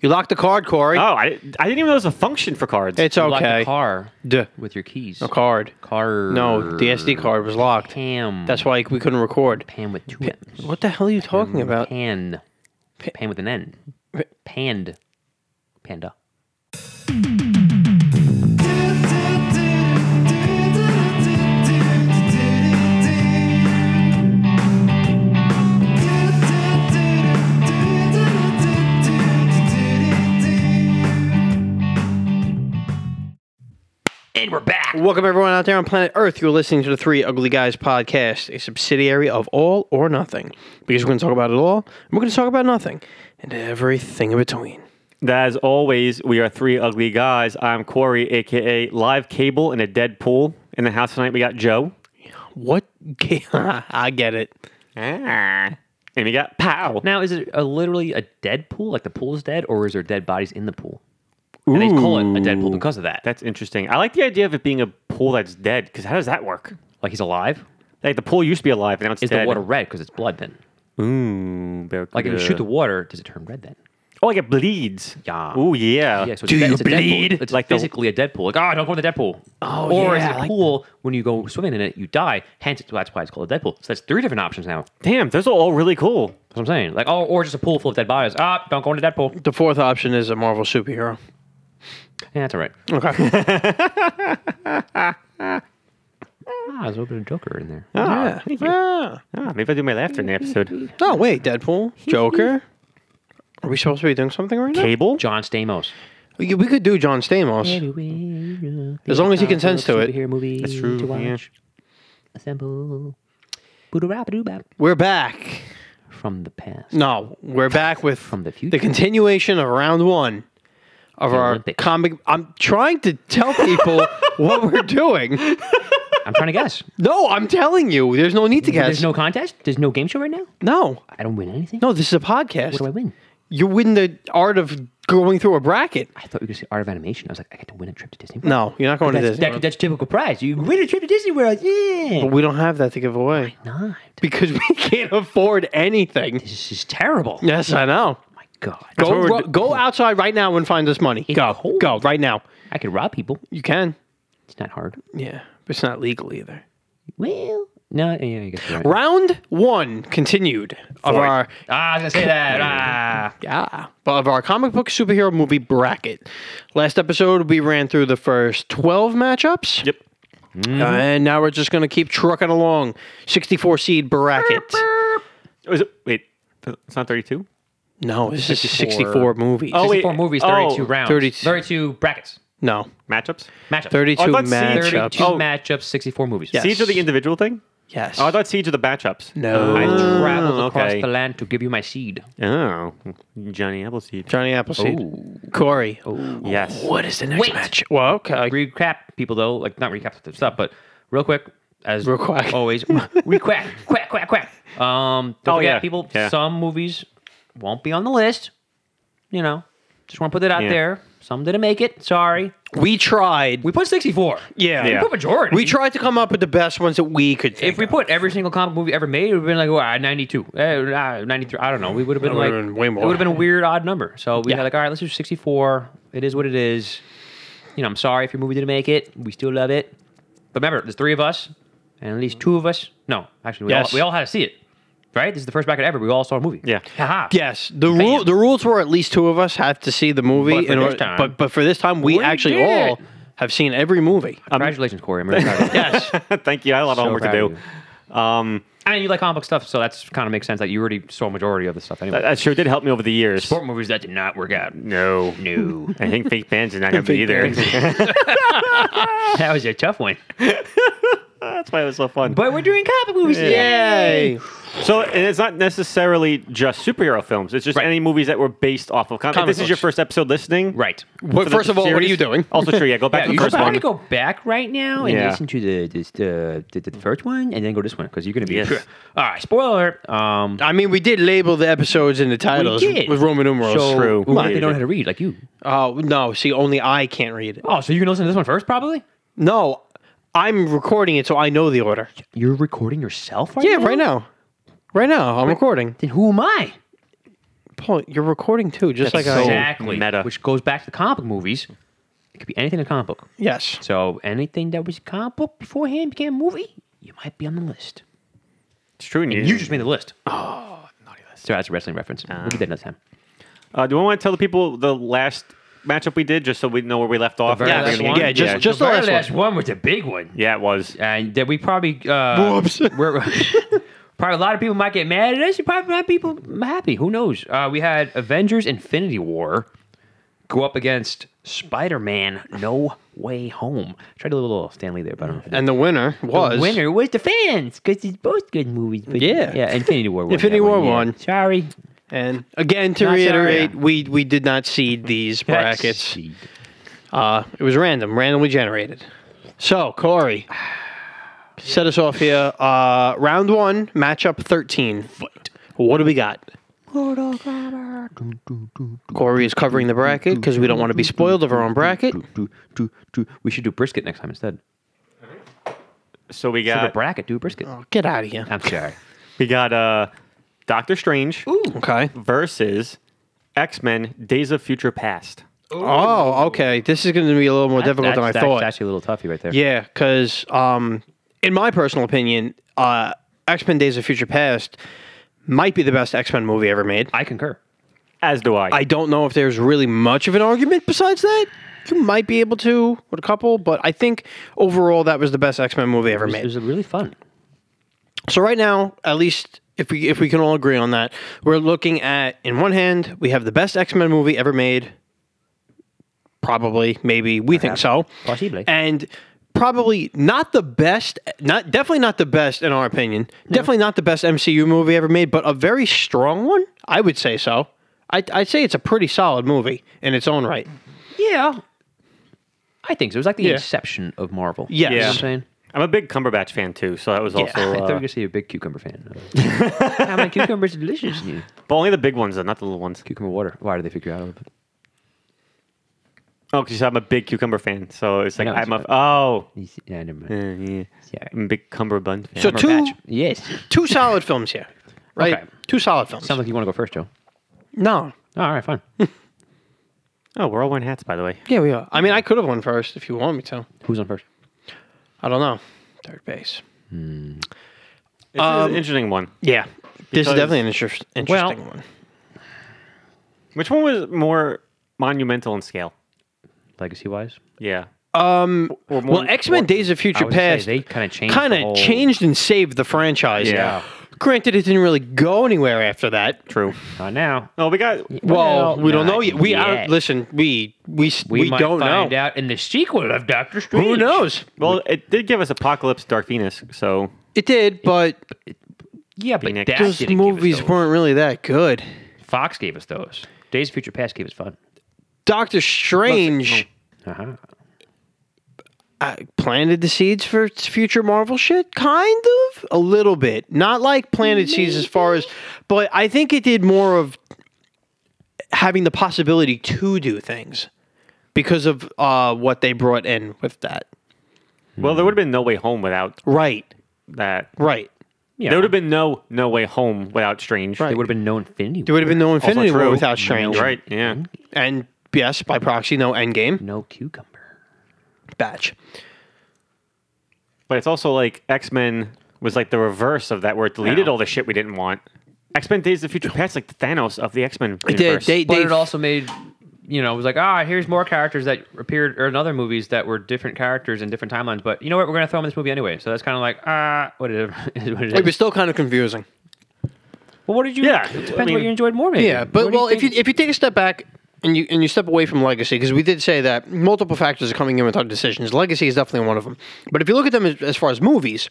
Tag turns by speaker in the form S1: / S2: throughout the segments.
S1: You locked the card, Corey.
S2: Oh, I, I didn't even know there was a function for cards.
S1: It's
S3: You locked
S1: okay.
S3: a car
S1: Duh.
S3: with your keys.
S1: No card.
S3: Car.
S1: No, the SD card was locked.
S3: Pam.
S1: That's why we couldn't record.
S3: Pam with two M's.
S1: What the hell are you talking
S3: Mm.
S1: about?
S3: Pan. Pan with an N. Panned. Panda. And we're back.
S1: Welcome everyone out there on planet Earth. You're listening to the Three Ugly Guys podcast, a subsidiary of All or Nothing, because we're going to talk about it all, and we're going to talk about nothing, and everything in between.
S2: As always, we are three ugly guys. I'm Corey, aka Live Cable in a dead pool. In the house tonight, we got Joe.
S1: What? I get it.
S2: And we got Pow.
S3: Now, is it a, literally a dead pool? Like the pool is dead, or is there dead bodies in the pool? And they call it a dead pool because of that.
S2: That's interesting. I like the idea of it being a pool that's dead, because how does that work?
S3: like he's alive.
S2: Like the pool used to be alive, and now it's
S3: Is
S2: dead.
S3: the water red because it's blood? Then,
S2: Ooh, very
S3: like if you
S2: good.
S3: shoot the water, does it turn red then?
S2: Oh, like it bleeds.
S3: Yeah.
S2: Ooh, yeah.
S3: Yeah, so it's
S1: Do
S3: a dead-
S1: you
S3: it's a dead pool.
S1: bleed?
S3: It's
S2: Like
S3: like
S2: the-
S3: physically a dead pool. Like, oh, don't go in the dead pool. Oh,
S1: yeah,
S3: or is it a
S1: like-
S3: pool when you go swimming in it, you die. Hence, it's- that's why it's called a dead pool. So that's three different options now. That's
S2: Damn, those are all really cool.
S3: what I'm saying. Like, oh, or just a pool full of dead bodies. Ah, don't go into dead pool.
S1: The fourth option is a Marvel superhero.
S3: Yeah, that's all right.
S1: Oh. Okay.
S3: Ah, there's a little bit of Joker in there.
S1: yeah. Ah.
S2: Ah, maybe I do my laughter in the episode.
S1: No, wait, Deadpool, Joker. Are we supposed to be doing something right now?
S2: Cable?
S3: John Stamos.
S1: We we could do John Stamos.
S3: As
S1: As long as he consents to it.
S3: Superhero movie That's
S2: true,
S3: To watch.
S2: yeah.
S3: Assemble. Boo-da-rap-a-doo-bap.
S1: We're back.
S3: From the past.
S1: No, we're back with
S3: From the future.
S1: the continuation of round one of our
S3: Olympics.
S1: comic. I'm trying to tell people what we're doing.
S3: I'm trying to guess.
S1: No, I'm telling you, there's no need to guess.
S3: There's no contest. There's no game show right now.
S1: no,
S3: I don't win anything.
S1: no, this is a
S3: What do I
S1: podcast.
S3: win?
S1: You win the art of going through a bracket.
S3: I thought you could say art of animation. I was like, I get to win a trip to Disney. World.
S1: No, you're not going to
S3: that's,
S1: this.
S3: that- that's typical prize. You win a trip to Disney World. Yeah.
S1: we don't have that to give away
S3: Not.
S1: because we can't afford anything.
S3: This is terrible.
S1: Yes, I know.
S3: Oh my god.
S1: Go,
S2: what we're
S1: ro-
S2: do-
S1: go outside right now and find us money.
S3: It's
S1: go,
S3: cold.
S1: go right now.
S3: I could rob people.
S1: You can.
S3: It's not hard.
S1: Yeah, but it's not legal either.
S3: Well, no. Yeah, I guess you're right.
S1: Round one continued of our
S3: Ah, I was gonna say that. Ah.
S1: yeah of our comic book superhero movie bracket. Last episode we ran through the first twelve matchups. uh,
S2: Yep. Mm-hmm.
S1: and now we're just gonna keep trucking along. Sixty-four seed bracket.
S2: Oh, is it, wait, th- it's not 32?
S1: No, this is
S3: 64.
S1: sixty-four movies.
S2: Oh, wait.
S3: Four movies,
S2: oh,
S3: thirty-two rounds,
S1: 32.
S3: 32 brackets,
S1: no,
S2: Matchups?
S3: matchups,
S1: thirty-two
S2: Oh, I thought seed-
S1: matchups.
S3: 32
S2: Oh.
S3: matchups, sixty-four movies.
S1: Yes.
S2: Siege of the individual thing?
S1: yes.
S2: Oh, I thought Siege of the matchups.
S1: No.
S3: I traveled
S2: Oh,
S3: across
S2: okay.
S3: the land to give you my seed.
S2: Oh, Johnny Appleseed.
S1: Johnny Appleseed. Corey.
S2: Oh. Yes.
S1: What is the next
S3: Wait.
S1: match? Well, okay.
S3: recap people though, like not recap the stuff, but real quick, as
S1: Real quick.
S3: always, we quack, quack, quack, quack. Um, don't
S2: Oh,
S3: forget,
S2: yeah,
S3: people,
S2: yeah.
S3: some movies won't be on the list. You know, just want to put that out
S2: Yeah.
S3: there. Some didn't make it. Sorry,
S1: We tried.
S3: we put sixty-four.
S1: yeah.
S3: we
S2: Yeah.
S3: put majority.
S1: We tried to come up with the best ones that we could think
S3: If we put every single comic movie ever made, it would have been like wow, 92, eh, ah, 93. I don't know. We would have been
S1: That
S3: like,
S1: would've been way more.
S3: it would have been a weird odd number. So we
S1: Yeah.
S3: had like, all right, let's do 64. It is what it is. You know, I'm sorry if your movie didn't make it. We still love it. But remember, there's three of us, and at least two of us. No, actually, we,
S1: Yes.
S3: all, we all had to see it. Right? This is the first bracket ever. We all saw a movie.
S2: Yeah.
S3: Haha.
S1: Yes, the rule the rules were at least two of us have to see the movie.
S3: But for
S1: in
S3: this
S1: order-
S3: time-
S1: but but for this time, we,
S3: We
S1: actually
S3: did Uh,
S1: all
S3: it.
S1: have seen every movie.
S3: Congratulations, Corey. I'm really proud of you.
S1: Yes,
S2: Thank you. I had a lot of
S3: So
S2: homework
S3: proud of
S2: to do. Um,
S3: I mean, you like comic book stuff, so that's kind of makes sense. Like, you already saw a majority of the stuff anyway.
S2: that, that sure did help me over the years.
S3: Sport movies that did not work out.
S2: No.
S3: No.
S2: I think fake bands did not help me
S1: Fake
S2: either.
S3: that was a tough one.
S2: That's why it was so fun.
S3: But we're doing comic movies today.
S1: yay!
S2: So and it's not necessarily just superhero films. It's just any movies that were based off of comics.
S1: Comic
S2: this is your
S1: books.
S2: first episode listening.
S3: Right.
S1: What,
S2: So
S1: first
S2: that's
S1: of all, what are
S2: series.
S1: you doing?
S2: Also true, yeah, go back
S3: Yeah,
S2: to
S3: you
S2: the first
S3: should
S2: one.
S3: probably go back right now and
S2: Yeah.
S3: listen to the this, the, the, the first one and then go to this one because you're going to be.
S2: Yes.
S3: All right, spoiler. alert, Um,
S1: I mean, we did label the episodes and the
S3: we
S1: titles
S3: did.
S1: with Roman numerals.
S3: So,
S2: True.
S3: What if
S2: Yeah.
S3: they don't know how to read like you?
S1: Oh no! See, only I can't read it.
S3: Oh, so you're going to listen to this one first, probably?
S1: No, I'm recording it, so I know the order.
S3: You're recording yourself right
S1: Yeah,
S3: now?
S1: right now, right now, I'm recording.
S3: Then who am I?
S1: Paul, you're recording too, just
S2: That's
S1: like I am.
S2: so-
S3: exactly.
S2: meta.
S3: Which goes back to the comic book movies. It could be anything in a comic book.
S1: Yes.
S3: So anything that was a comic book beforehand became a movie, you might be on the list.
S2: It's true. And
S3: You just made the list.
S2: naughty list.
S3: Sorry, that's a wrestling reference. we'll do that another time.
S2: Uh, do I want to tell the people the last matchup we did just so we know where we left off?
S3: very
S2: Yeah,
S3: last
S2: yeah,
S3: one?
S2: Yeah, just,
S1: Yeah.
S2: just
S1: Just the
S3: very
S1: last one.
S3: was a big one.
S2: yeah, it was.
S3: And that we probably uh,
S1: Whoops.
S3: we're, probably a lot of people might get mad at us. and Probably a lot of people happy. Who knows? Uh, we had Avengers: Infinity War go up against Spider-Man: No Way Home. Tried to do a little Stanley there, but I don't know. if it-
S1: And the winner was
S3: The winner was the fans because it's both good movies. But
S1: Yeah.
S3: yeah. Infinity War won.
S1: Infinity
S3: that
S1: War
S3: one, yeah.
S1: won.
S3: Sorry,
S1: And again, to
S3: Not sorry.
S1: reiterate, we we did not seed these brackets.
S3: Seed.
S1: Uh, it was random, randomly generated. So, Corey, set us off here. Uh, round one, matchup thirteen. What do we got? Corey is covering the bracket because we don't want to be spoiled of our own bracket.
S3: Do, do, do. We should do brisket next time instead.
S2: So we
S1: Uh,
S3: Yeah.
S2: got
S3: bracket, do brisket.
S1: Get out of here.
S3: I'm sorry.
S2: we got uh, Doctor Strange
S1: Okay.
S2: versus X Men: Days of Future Past.
S1: Oh, okay. This is going to be a little more difficult than I
S3: That's- that's
S1: thought.
S3: actually a little toughy right there.
S1: Yeah, because um, in my personal opinion, uh, X Men: Days of Future Past might be the best X Men movie ever made.
S3: I concur.
S2: As do I.
S1: I don't know if there's really much of an argument besides that. You might be able to with a couple, but I think overall that was the best X Men movie ever
S3: It was
S1: made.
S3: really fun.
S1: So right now, at least if we if we can all agree on that, we're looking at in one hand we have the best X Men movie ever made. Probably, maybe we think so.
S3: Possibly.
S1: and probably not the best not definitely not the best in our opinion definitely not the best mcu movie ever made but a very strong one i would say so I, i'd say it's a pretty solid movie in its own right
S3: Yeah. I think so. It was like the
S1: Yeah.
S3: inception of Marvel.
S1: Yes.
S3: You know
S2: Yeah.
S3: what I'm saying?
S2: I'm a big Cumberbatch fan too, so that was also.
S3: I thought you were
S2: Uh,
S3: going to say you're a big cucumber fan. How many cucumbers are delicious to you?
S2: but only the big ones, though, not the little ones.
S3: Cucumber water. Why did they figure out a little bit?
S2: Oh, because I'm a big cucumber fan, so it's like
S3: know,
S2: I'm a.
S3: it's-
S2: Oh,
S3: You see- Yeah, never mind.
S2: yeah.
S3: Yeah.
S2: I'm a big Cumberbund fan.
S1: So
S3: Cumberbatch.
S1: two-
S3: Yes.
S1: two solid films here right
S3: Okay.
S1: two solid films
S3: Sounds like you want to go first, Joe.
S1: no
S3: All right, fine.
S2: oh, we're all wearing hats, by the way.
S1: yeah we are i mean i could have won first if you want me to
S3: Who's on first?
S1: i don't know third base
S2: This is an interesting one.
S1: yeah this
S2: Because-
S1: is definitely an interest, interesting
S3: Well-
S1: one
S2: Which one was more monumental in scale?
S3: Legacy wise?
S2: Yeah.
S1: um
S2: Or more-
S1: well x-men
S2: or-
S1: days of
S3: I
S1: future
S3: would say
S1: past
S3: they kind of changed. the
S1: kind of
S3: whole-
S1: changed and saved the franchise.
S2: Yeah.
S1: Granted, it didn't really go anywhere after that.
S2: True.
S3: Not now.
S2: Oh, we got.
S1: Well, we don't
S3: not
S1: know yet. We I,
S3: yet.
S1: listen. We we s-
S3: We,
S1: we,
S3: might
S1: don't
S3: find
S1: know.
S3: out in the sequel of Doctor Strange.
S1: Who knows?
S2: Well, it did give us Apocalypse, Dark Venus. So
S1: It did, but
S3: Yeah, but
S2: Phoenix.
S3: that
S2: Those
S1: those
S3: didn't give us
S1: movies
S3: those.
S1: weren't really that good.
S3: Fox gave us those. Days of Future Past gave us fun.
S1: Doctor Strange
S2: Oh.
S3: Uh
S2: Uh-huh.
S3: huh.
S1: uh, planted the seeds for its future Marvel shit, kind of a little bit. Not like planted seeds as far as, but I think it did more of having the possibility to do things because of uh, what they brought in with that.
S2: Well, there would have been no way home without
S1: Right,
S2: that.
S1: right.
S3: Yeah.
S2: There would have been no no way home without Strange.
S1: Right.
S3: There would have been no Infinity.
S1: There would have been no
S2: Also
S1: Infinity War
S2: true.
S1: without Strange,
S2: Right. Yeah.
S3: Mm-hmm.
S1: And yes, by proxy, no Endgame.
S3: no cucumber.
S1: Batch.
S2: But it's also like X Men was like the reverse of that, where it deleted all the shit we didn't want. X Men Days of Future Past, like the Thanos of the X Men
S1: They,
S2: universe.
S1: they,
S3: But
S1: they,
S3: it also made, you know, it was like, ah, here's more characters that appeared or in other movies that were different characters in different timelines. But you know what? We're gonna throw them in this movie anyway. So that's kind of like, ah, whatever. is what it
S1: it was
S3: is.
S1: still kind of confusing.
S3: Well, what did you?
S2: Yeah,
S3: It depends
S2: I mean-
S3: what you enjoyed more, maybe.
S1: Yeah, but well, if you if you take a step back and you and you step away from legacy, because we did say that multiple factors are coming in with our decisions. Legacy is definitely one of them. But if you look at them as, as far as movies,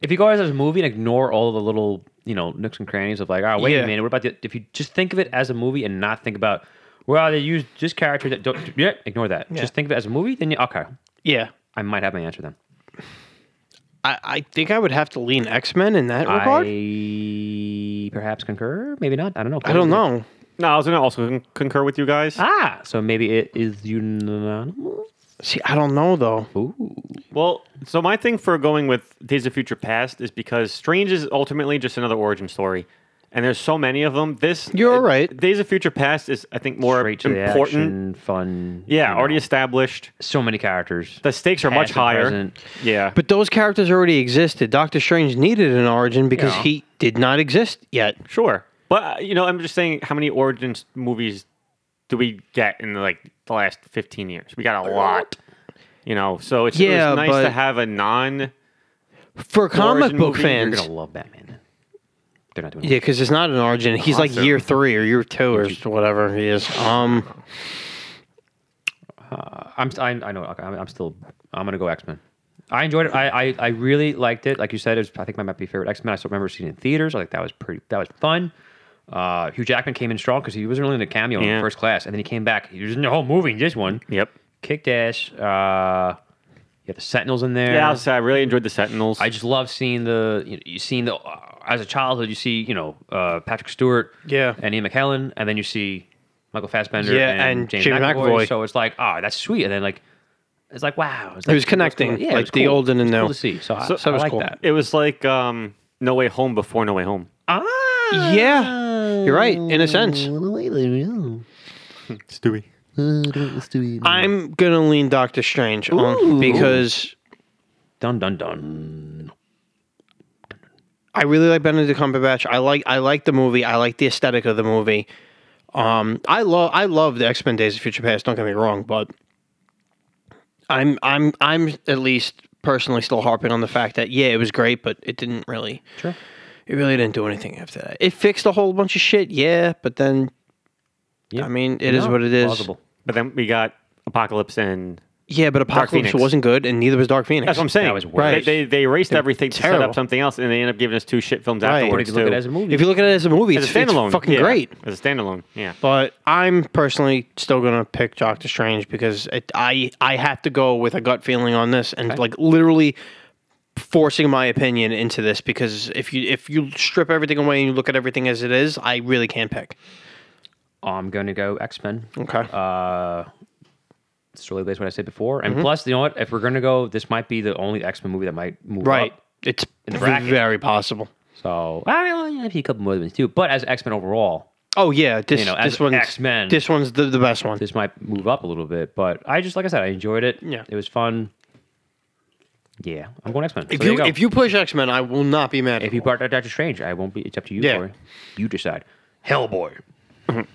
S3: if you go as a movie and ignore all the little you know nooks and crannies of like, oh wait
S1: Yeah.
S3: a minute, what about the, if you just think of it as a movie and not think about well they used this character that don't yeah ignore that just think of it as a movie then you, okay
S1: yeah,
S3: I might have my answer then
S1: I, I think I would have to lean X Men in that regard. I,
S3: I perhaps concur maybe not I don't know
S1: don't know.
S2: no, I was gonna also con- concur with you guys.
S3: ah so maybe it is unanimous
S1: See, I don't know though.
S3: Ooh.
S2: Well, so my thing for going with Days of Future Past is because Strange is ultimately just another origin story. and there's so many of them. This
S1: You're
S2: uh,
S1: right.
S2: Days of Future Past is I think more
S3: Straight to the
S2: important.
S3: action, fun.
S2: yeah,
S3: you know,
S2: already established.
S3: so many characters.
S2: The stakes are much
S3: Past and
S2: higher.
S3: present.
S2: Yeah,
S1: But those characters already existed. Doctor Strange needed an origin because
S3: Yeah.
S1: he did not exist yet.
S2: sure. But uh, you know, I'm just saying, how many origins movies do we get in like the last 15 years? We got a lot. You know, so it's it
S1: Yeah,
S2: was nice to
S1: but-
S2: have a non.
S1: For comic
S2: origin
S1: book
S2: movie, you're
S3: You're
S1: fans.
S3: gonna love Batman. They're not doing.
S1: Yeah, because it's not an origin. He's like
S2: Awesome.
S1: year three or year two or whatever he is. Um,
S3: I'm. st- I, I know. okay, I'm, I'm still. I'm gonna go X Men. I enjoyed it. I, I I really liked it. Like you said, it was. I think my might be favorite X Men. I still remember seeing it in theaters. I think that was pretty. That was fun. Uh, Hugh Jackman came in strong because he was really in a cameo
S2: Yeah.
S3: in first class, and then he came back. He was in the whole movie. in This one
S2: Yep.
S3: kicked ass. Uh, you have the Sentinels in there.
S2: Yeah, I'll say I really enjoyed the Sentinels.
S3: I just love seeing the you know, you seen the uh, as a childhood you see you know uh, Patrick Stewart
S1: Yeah.
S3: and Ian McKellen and then you see Michael Fassbender
S1: Yeah,
S3: and,
S1: and
S3: James
S1: James
S3: McAvoy,
S1: McAvoy.
S3: so it's like oh that's sweet and then like it's like wow it's
S1: It
S3: like,
S1: was connecting,
S3: what's going on?
S1: like,
S3: it was
S1: the old and the
S3: It was
S1: new.
S3: cool to see so, I,
S1: So-
S3: so
S1: so it
S3: I
S1: was
S3: like
S1: cool.
S3: that
S2: it was like um, No Way Home before No Way Home.
S3: ah
S1: yeah, you're right. In a sense,
S2: Stewie.
S1: I'm gonna lean Doctor Strange on because
S3: dun dun dun
S1: I really like Benedict Cumberbatch. I like I like the movie. I like the aesthetic of the movie. Um, I love I love the X Men Days of Future Past. Don't get me wrong, but I'm I'm I'm at least personally still harping on the fact that yeah, it was great, but it didn't really
S3: sure
S1: it really didn't do anything after that. It fixed a whole bunch of shit, yeah, but then
S3: Yeah.
S1: I mean, it is
S3: No,
S1: what it is.
S3: plausible.
S2: But then we got Apocalypse and
S1: Yeah, but Apocalypse
S2: Phoenix.
S1: wasn't good, and neither was Dark Phoenix.
S2: that's what I'm saying.
S3: That was worse.
S2: They, they, they erased everything to set
S1: terrible.
S2: up something else, and they end up giving us two shit films
S1: Right.
S2: afterwards.
S3: if you look
S2: too.
S3: at it as a movie
S1: If you look at it as a movie,
S2: As
S1: it's, it's fucking
S2: yeah.
S1: great.
S2: As a standalone, yeah.
S1: But I'm personally still gonna pick Doctor Strange because it, I I have to go with a gut feeling on this and like literally forcing my opinion into this because if you if you strip everything away and you look at everything as it is, I really can't pick.
S3: I'm going to go X Men
S1: Okay.
S3: it's really based on what I said before
S1: Mm-hmm.
S3: and plus you know what if we're going to go this might be the only X Men movie that might move
S1: right.
S3: up.
S1: It's
S3: the bracket.
S1: very possible.
S3: So I mean, well, yeah, a couple more ones too. But as X Men overall,
S1: Oh yeah, this
S3: You know, as
S1: this one's
S3: X-Men.
S1: This one's the, the best one.
S3: this might move up a little bit. But I just like I said, I enjoyed it.
S1: Yeah.
S3: it was fun. Yeah, I'm going X Men.
S1: if
S3: so there
S1: you
S3: go.
S1: if you push X Men, I will not be mad.
S3: if you brought Doctor Strange, I won't be. It's up to you.
S1: Yeah.
S3: Corey. you decide. Hellboy.
S2: Um,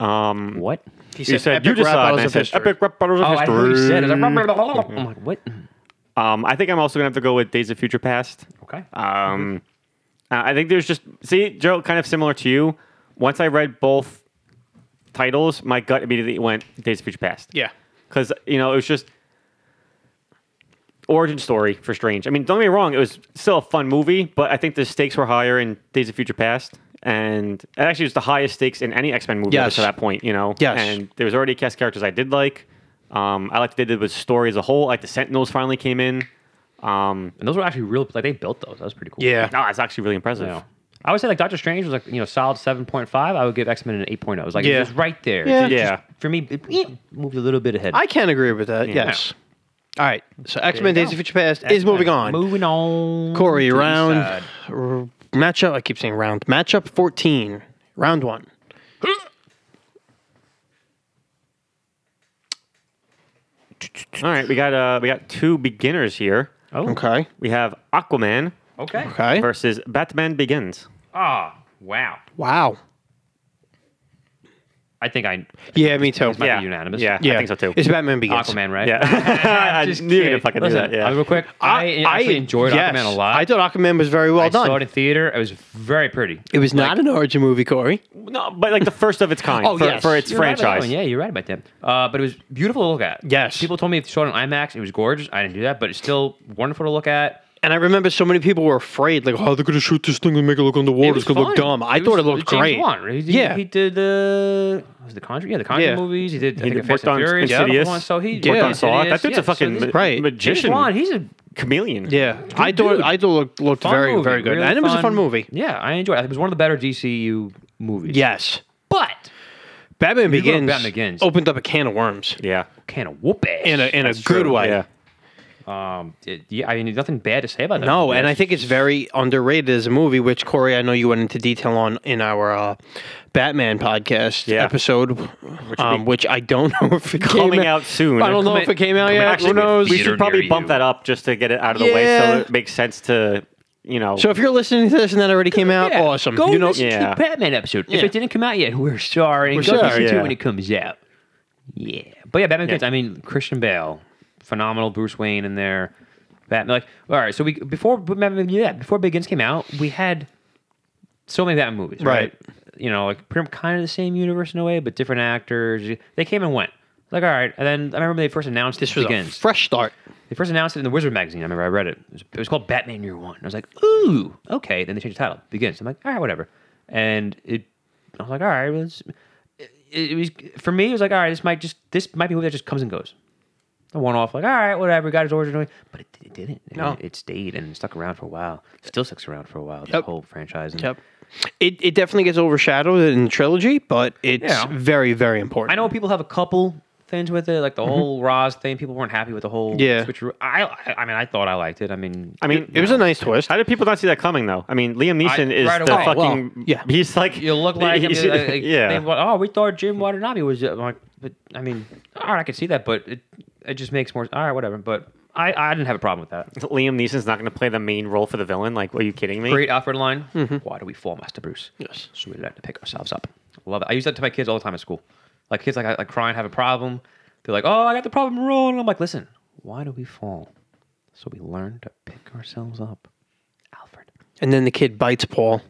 S3: Mm. What?
S1: he
S2: you said you
S1: epic rap
S2: decide.
S1: battles
S2: and I
S1: of
S2: said
S1: history.
S2: epic rap battles of
S3: Oh, I
S2: history.
S3: heard you said it. I'm like, what?
S2: Um, I think I'm also gonna have to go with Days of Future Past.
S3: Okay.
S2: Um,
S3: Mm-hmm.
S2: uh, I think there's just see Joe, kind of similar to you. Once I read both titles, my gut immediately went Days of Future Past.
S1: Yeah.
S2: because you know it was just origin story for Strange. I mean, don't get me wrong, it was still a fun movie, but I think the stakes were higher in Days of Future Past, and it actually was the highest stakes in any X Men movie up
S1: Yes.
S2: to that point. You know,
S1: Yes.
S2: and there was already a cast of characters I did like. Um, I liked what they did with story as a whole. Like the Sentinels finally came in. Um,
S3: and those were actually real. Like they built those. That was pretty cool.
S1: Yeah.
S2: no, it's actually really impressive.
S3: Yeah. I would say like Doctor Strange was like you know solid seven point five. I would give X Men an eight point. oh. It was like
S1: Yeah.
S3: it was right there.
S1: Yeah.
S3: It just-
S2: Yeah.
S3: for me, it eh, moved a little bit ahead.
S1: I can agree with that. Yes. All right. So X Men
S3: you
S1: Days
S3: go.
S1: of Future Past is moving on.
S3: Moving on.
S1: Corey
S3: to the
S1: round
S3: side.
S1: r- matchup. I keep saying round matchup fourteen. Round one.
S2: All right, we got uh, we got two beginners here.
S3: Oh,
S1: Okay.
S2: We have Aquaman
S3: okay.
S1: Okay.
S2: versus Batman Begins.
S3: Ah, wow.
S1: Wow.
S3: I think I
S1: Yeah, me too.
S3: might be unanimous.
S2: Yeah,
S1: Yeah,
S2: I think so too.
S1: It's Batman Begins.
S3: Aquaman, right?
S2: Yeah, I
S3: Just
S2: knew you were gonna
S3: kidding.
S2: fucking do
S3: Listen,
S2: that. Yeah.
S3: uh, real quick, I, actually enjoyed
S1: yes.
S3: Aquaman a lot.
S1: I thought Aquaman was very well
S3: I
S1: done.
S3: saw it in theater. It was very pretty.
S1: It was not an origin movie, Corey.
S2: No, but like the first of its kind
S1: Oh,
S2: for,
S1: yes.
S2: for its
S3: You're right about that
S2: franchise.
S3: one. yeah, you're right about that. Uh, but it was beautiful to look at.
S1: Yes.
S3: People told me if you saw it on IMAX, it was gorgeous. I didn't do that, but it's still wonderful to look at.
S1: And I remember so many people were afraid, like, "Oh, they're gonna shoot this thing and make it look
S3: It
S1: underwater.
S3: was
S1: It's gonna look
S3: fun.
S1: dumb." I thought
S3: was
S1: it looked
S3: James
S1: great.
S3: Wan, right? He,
S1: Yeah.
S3: he did the was it the Conjuring, yeah, the Conjuring
S1: Yeah.
S3: movies. He did. I
S2: He
S3: think
S2: did-
S3: a
S2: worked
S3: Fast and
S2: on
S3: Furious,
S2: Insidious.
S3: one, So he
S1: Yeah.
S2: Worked on
S1: Yes,
S2: Saw. That
S3: Insidious,
S2: dude's
S3: yeah,
S2: a fucking
S3: So this-
S2: ma-
S1: Right.
S3: James
S2: magician,
S3: Wan, he's a
S2: chameleon.
S1: Yeah, I thought
S3: dude.
S1: I thought it looked, looked
S3: fun
S1: very
S3: movie,
S1: very good,
S3: really
S1: and it was a fun movie.
S3: Yeah, I enjoyed. it. It was one of the better DCU movies.
S1: Yes,
S3: but
S1: Batman
S3: You love
S1: Begins,
S3: Batman Begins.
S1: opened up a can of worms
S2: yeah,
S3: can of whoop ass
S1: Uh, in a in a good
S2: true,
S1: way.
S2: yeah.
S3: Um, it- yeah, I mean, nothing bad to say about that.
S1: No,
S3: movie.
S1: and I think it's very underrated as a movie, which Corey, I know you went into detail on in our uh, Batman podcast
S2: Yeah.
S1: episode, which, um, which I don't know if it
S2: Coming
S1: came
S2: out soon.
S1: I don't know if it came out
S3: Coming
S1: yet.
S3: out
S1: Who
S3: soon.
S1: knows?
S2: We
S3: Theater
S2: should probably
S3: near
S2: bump
S3: you.
S2: that up just to get it out of the way,
S1: Yeah.
S2: so it makes sense to you know.
S1: So if you're listening to this and that already came out,
S3: Yeah,
S1: awesome.
S3: Go
S1: you know,
S3: listen
S2: Yeah.
S3: to the Batman episode.
S1: Yeah.
S3: If it didn't come out yet, we're sorry.
S1: We're
S3: go
S1: sorry,
S3: listen to
S2: yeah.
S3: it when it comes out. Yeah, but yeah, Batman.
S2: Yeah.
S3: Begins, I mean, Christian Bale, phenomenal Bruce Wayne in there. Batman. Like, all right. So we before Batman- yeah before Begins came out, we had so many Batman movies, right?
S1: Right.
S3: You know, like pretty kind of the same universe in a way, but different actors. They came and went. Like, all right. And then I remember when they first announced
S1: this was
S3: Begins.
S1: a fresh start.
S3: They first announced it in the Wizard magazine. I remember I read it. It was, it was called Batman Year One. I was like, ooh, okay. Then they changed the title. Begins. I'm like, all right, whatever. And it, I was like, all right, well, it's- it, it was for me. It was like, all right, this might just this might be a movie that just comes and goes. The one off, like, all right, whatever. Got his origin, story. but it, it didn't.
S1: No.
S3: it, stayed and stuck around for a while. Still sticks around for a while. This
S1: Yep.
S3: whole franchise. And
S1: Yep. It, it definitely gets overshadowed in the trilogy, but it's
S3: Yeah.
S1: very, very important.
S3: I know people have a couple things with it, like the whole Roz thing. People weren't happy with the whole
S1: Mm-hmm. Yeah.
S3: switcheroo. I, I, I mean, I thought I liked it. I mean,
S2: I mean,
S1: It was a nice twist.
S2: How did people not see that coming though? I mean, Liam Neeson
S3: I-
S2: is
S3: right
S2: the
S3: away.
S2: fucking
S1: Well, yeah.
S2: He's like
S3: you look like him.
S2: he's-
S3: Like, like,
S2: yeah.
S3: they went, oh, we thought Jim Watanabe was uh, like, but I mean, all right, I could see that, but it, it just makes more. All right, whatever. But I, I didn't have a problem with that.
S2: Liam Neeson's not going to play the main role for the villain. Like, are you kidding me?
S3: Great Alfred line. Why do we fall, Master Bruce?
S1: Yes.
S3: So we learn to pick ourselves up. Love it. I use that to my kids all the time at school. Like kids, like like crying, have a problem. They're like, oh, I got the problem wrong. And I'm like, listen, why do we fall? So we learn to pick ourselves up. Alfred.
S1: And then the kid bites Paul.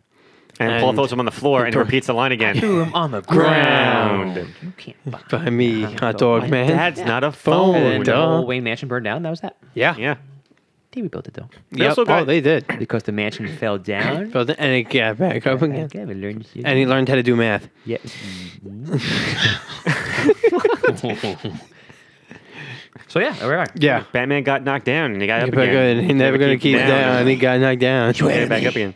S2: And, Paul
S1: And-
S2: throws him on the floor and repeats the line again.
S3: Boom on the
S2: Ground.
S3: ground. You can't buy
S1: By me, hot dog
S2: My
S1: man.
S2: dad's not a
S1: Phone.
S2: phone.
S3: And then the
S1: duh.
S3: whole Wayne Mansion burned down. That was that.
S1: yeah.
S2: Yeah.
S3: They rebuilt it though.
S2: They
S1: Yep.
S2: also got-
S1: oh, they did.
S3: Because the mansion fell down.
S1: But then- And it got back up again.
S3: Okay, we learned to-
S1: And he learned how to do math.
S3: yeah.
S2: Mm-hmm.
S3: so yeah, all right.
S1: Yeah.
S2: Batman got knocked down and he got up
S1: But
S2: again.
S1: good. He never gonna keep down. He got knocked down.
S2: Yeah, back up again.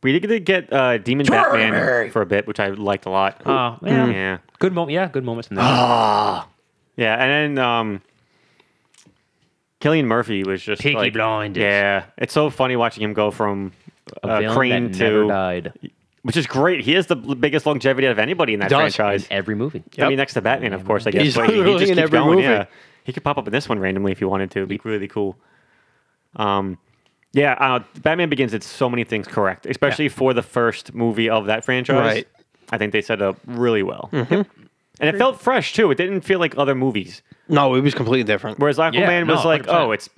S2: We did get uh, Demon Batman for a bit, which I liked a lot. Mm,
S3: Uh, yeah.
S2: yeah. Ah,
S3: Good moment. Yeah, good moments in there.
S2: Yeah, and then um, Killian Murphy was just
S3: Peaky
S2: like,
S3: Blinders.
S2: Yeah, it's so funny watching him go from uh,
S3: villain
S2: Crane
S3: that never
S2: to,
S3: died
S2: which is great. He has the l- biggest longevity out of anybody in that
S1: Does.
S3: in
S2: franchise.
S3: every movie.
S2: I mean, next to Batman, of course, I guess.
S1: He's
S2: but he- he,
S1: literally
S2: just
S1: in
S2: keeps
S1: every
S2: going.
S1: movie.
S2: Yeah, he could pop up in this one randomly if he wanted to. It'd be really cool. Um, yeah, uh, Batman Begins did so many things correct, especially for the first movie of that franchise.
S1: Right. Mm-hmm.
S2: I think they set it up really well. And it felt fresh too. It didn't feel like other movies.
S1: No, it was completely different.
S2: Whereas Aquaman
S3: Yeah, no,
S2: was like,
S3: 100%.
S2: oh, it's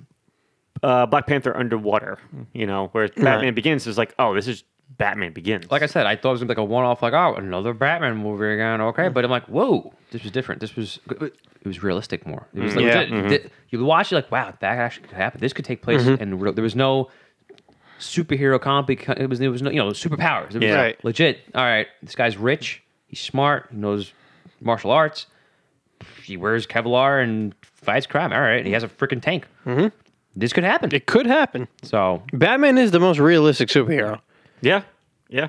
S2: uh, Black Panther underwater, you know. Whereas Batman Begins is like, oh, this is Batman Begins.
S3: Like I said, I thought it was gonna be like a one-off, like oh, another Batman movie again, okay.
S1: Mm.
S3: But I'm like, whoa, this was different. This was it was realistic more. It was like,
S1: Mm, Yeah. mm-hmm.
S3: legit. Th- you watch, it like, wow, that actually could happen. This could take place, and real, there was no superhero comic. It was there was no you know superpowers. It was
S2: Yeah.
S1: Right.
S3: legit. All right, this guy's rich. He's smart. He knows martial arts. He wears Kevlar and fights crime. All right, he has a freaking tank. Mm-hmm. This could happen.
S1: It could happen.
S3: So
S1: Batman is the most realistic superhero.
S2: yeah, yeah.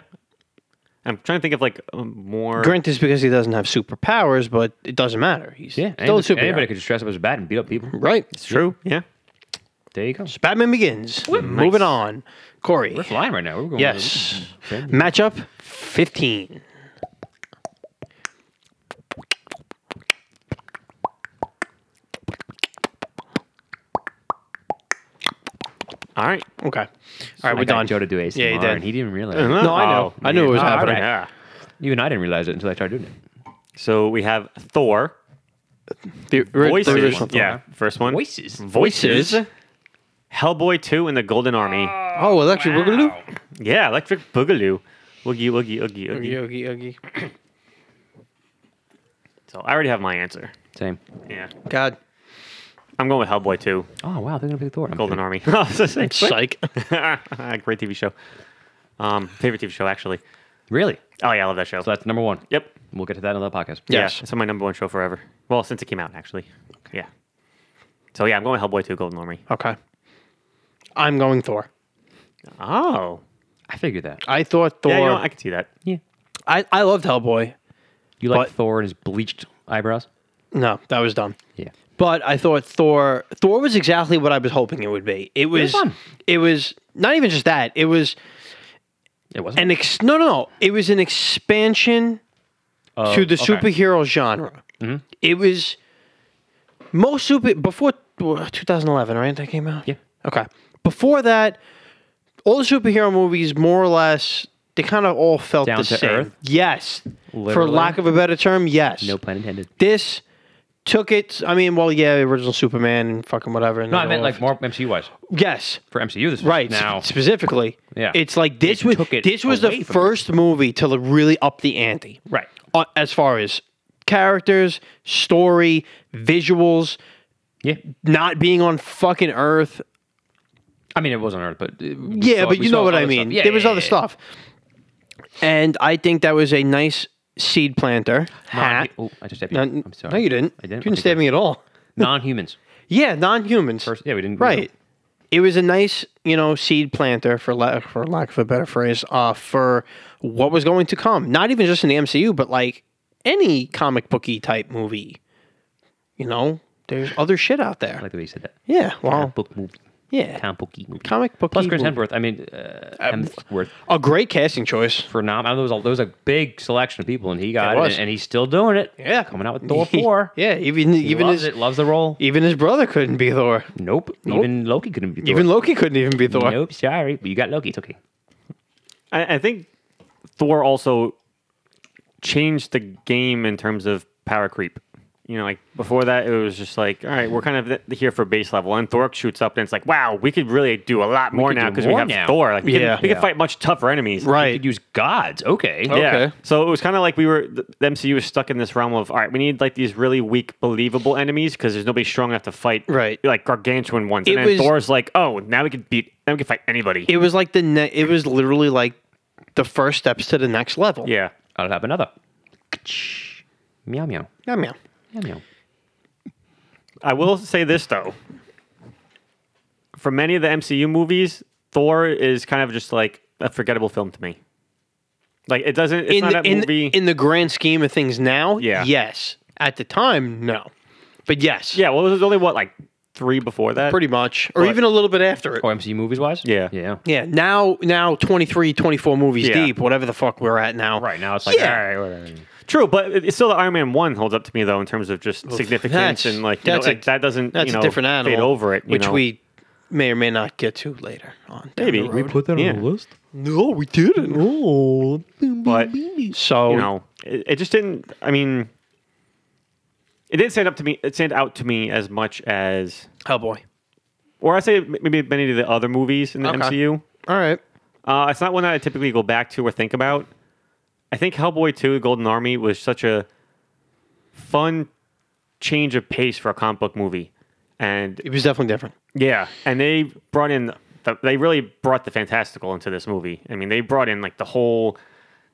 S2: I'm trying to think of like um, more.
S1: Grant is because he doesn't have superpowers, but it doesn't matter. He's
S3: yeah,
S1: still a
S3: anybody,
S1: superhero.
S3: anybody could just dress up as a bat and beat up people.
S1: Right.
S2: It's true. Yeah.
S3: There you go.
S1: Batman begins. Moving on. Corey.
S3: We're flying right now. We're going
S1: Yes. Matchup 15.
S2: All right.
S1: Okay. All right, we're
S3: I got
S1: done.
S3: Joe to do a
S1: Yeah, he did.
S3: And he didn't realize. it.
S1: No, I know. I knew it was
S2: man.
S1: happening.
S2: Yeah.
S3: You and I didn't realize it until I tried doing it.
S2: So we have Thor.
S1: The, ri- the
S2: Voices.
S1: original Thor.
S2: yeah. First one.
S3: Voices.
S2: Voices.
S1: Voices.
S2: Hellboy 2 and the Golden Army.
S1: Oh, Electric Boogaloo?
S2: yeah. Electric Boogaloo. Woogie, woogie, oogie, oogie.
S1: Yogi, yogi.
S2: So I already have my answer.
S3: Same.
S2: Yeah.
S1: God.
S2: I'm going with Hellboy 2.
S3: Oh wow, they're gonna pick Thor. I'm
S2: Golden
S3: kidding.
S2: Army. Great Ah,
S1: Psych.
S2: TV show. Um, favorite TV show, actually.
S3: Really?
S2: Oh, yeah, I love that show.
S3: So that's number one.
S2: yep.
S3: We'll get to that in another podcast.
S1: Yes.
S2: Yeah, it's my number one show forever. Well, since it came out, actually. Yeah. So, yeah, I'm going Hellboy 2, Golden Army.
S1: Okay. I'm going Thor.
S2: Oh.
S3: I figured that.
S1: I thought Thor.
S2: Yeah, you know, what? I could see that.
S3: Yeah.
S1: I, I loved Hellboy.
S3: You like
S1: But-
S3: Thor and his bleached eyebrows?
S1: No, that was dumb.
S3: Yeah.
S1: But I thought Thor Thor was exactly what I was hoping it would be. It was
S3: fun.
S1: it was not even just that. It was
S3: It wasn't.
S1: an ex no no no. It was an expansion to the
S3: Oh, okay. Mm-hmm.
S1: superhero genre. It was most super before 2011, right? That came out.
S3: Yeah.
S1: Okay. Before that, all the superhero movies, more or less, they kind of all felt
S3: Down
S1: the
S3: to
S1: same.
S3: earth?
S1: Yes. For
S3: Literally?
S1: lack of a better term, yes.
S3: no pun intended.
S1: This took it. I mean, well, yeah, original Superman and fucking whatever. And
S3: No, I
S1: then
S3: meant
S1: all
S3: like
S1: of-
S3: more MCU wise
S1: Yes.
S3: for MCU. This is
S1: Right.
S3: now.
S1: s- Specifically.
S3: Yeah.
S1: It's like this was
S3: took it
S1: this was the
S3: away from
S1: first movie to really up the ante.
S3: Right.
S1: Uh, as far as characters, story, visuals,
S3: Yeah.
S1: not being on fucking Earth.
S3: I mean, it wasn't Earth, but uh, we
S1: Yeah,
S3: saw-
S1: but
S3: we
S1: you
S3: saw
S1: know what I
S3: other
S1: mean.
S3: stuff. Yeah,
S1: there was
S3: yeah,
S1: other
S3: yeah.
S1: stuff. And I think that was a nice seed planter.
S3: Non-
S1: Hat.
S3: oh, I just stabbed you.
S1: No,
S3: I'm sorry.
S1: no, you didn't.
S3: I didn't.
S1: You
S3: I
S1: didn't stab me at all.
S3: Non-humans.
S1: Yeah, non-humans.
S3: First, yeah, we didn't.
S1: Right. It was a nice, you know, seed planter for la- for lack of a better phrase, uh, for what was going to come. Not even just in the MCU, but like any comic booky type movie. You know, there's other shit out there.
S3: I like the way you said that.
S1: yeah, well,
S3: Comic book movie.
S1: yeah,
S3: Comic book movie.
S1: comic book.
S3: Plus Chris Hemsworth. I mean, uh, Hemsworth.
S1: a great casting choice.
S3: Phenomenal. There was, a, there was a big selection of people, and he got
S1: There
S3: it,
S1: was.
S3: and, and he's still doing it.
S1: Yeah,
S3: Coming out with Thor 4.
S1: yeah, even
S3: He
S1: even
S3: loves
S1: his e-,
S3: it. Loves the role.
S1: even his brother couldn't be Thor.
S3: Nope. Even Loki couldn't be Thor.
S1: Even Loki couldn't even be Thor.
S3: Nope. Sorry, but you got Loki. It's okay.
S2: I, I think Thor also changed the game in terms of power creep. You know, like before that, it was just like, all right, we're kind of th- here for base level, and Thor shoots up, and it's like, wow, we could really do a lot more
S3: could
S2: now
S3: do
S2: because we
S3: more
S2: have
S3: now.
S2: Thor. Like, we
S1: Yeah.
S2: can, we
S1: Yeah.
S2: can fight much tougher enemies.
S3: You
S1: Right.
S3: could use gods. Okay.
S2: Yeah.
S1: Okay.
S2: So it was kind of like we were the the MCU was stuck in this realm of all right, we need like these really weak, believable enemies because there's nobody strong enough to fight
S1: Right.
S2: like gargantuan ones.
S1: It
S2: and then
S1: was-
S2: Thor's like, oh, now we can beat, now we can fight anybody.
S1: It was like the ne- it was literally like the first steps to the next level.
S2: yeah.
S3: I'll have another. Ka-choo. Meow meow.
S1: Yeah, man.
S3: Meow meow.
S2: I will say this though, for many of the MCU movies, Thor is kind of just like a forgettable film to me. Like it doesn't. It's
S1: in
S2: not
S1: the,
S2: a
S1: in,
S2: movie.
S1: in the grand scheme of things now,
S2: Yeah.
S1: yes. At the time, no. But yes,
S2: yeah. Well, it was only what like three before that.
S1: pretty much. Or
S2: But-
S1: even a little bit after it.
S3: Or MCU movies wise?
S2: Yeah.
S3: Yeah.
S1: Yeah, now now 23, 24 movies
S2: Yeah.
S1: deep, whatever the fuck we're at now.
S3: Right now it's like,
S1: Yeah.
S3: all right, whatever.
S2: True, but it- it's still the Iron Man one holds up to me though in terms of just significance
S1: that's-
S2: and like, you know,
S1: that's a-
S2: like that doesn't
S1: That's
S2: you know,
S1: a different animal.
S2: fade over it, you
S1: which
S2: know.
S1: we may or may not get to later on. down
S2: Maybe.
S1: the
S2: We
S1: road.
S4: Put that
S2: Yeah.
S4: on the list.
S1: no, we didn't.
S4: Oh,
S2: but
S1: So
S2: you know it, it just didn't. I mean, it didn't stand up to me. It stand out to me as much as,
S1: Hellboy.
S2: or I say m- maybe many of the other movies in the
S1: Okay.
S2: MCU.
S1: All right.
S2: Uh, it's not one that I typically go back to or think about. I think Hellboy 2, Golden Army, was such a fun change of pace for a comic book movie. And
S1: It was definitely different.
S2: Yeah, and they brought in the, they really brought the fantastical into this movie. I mean, they brought in like the whole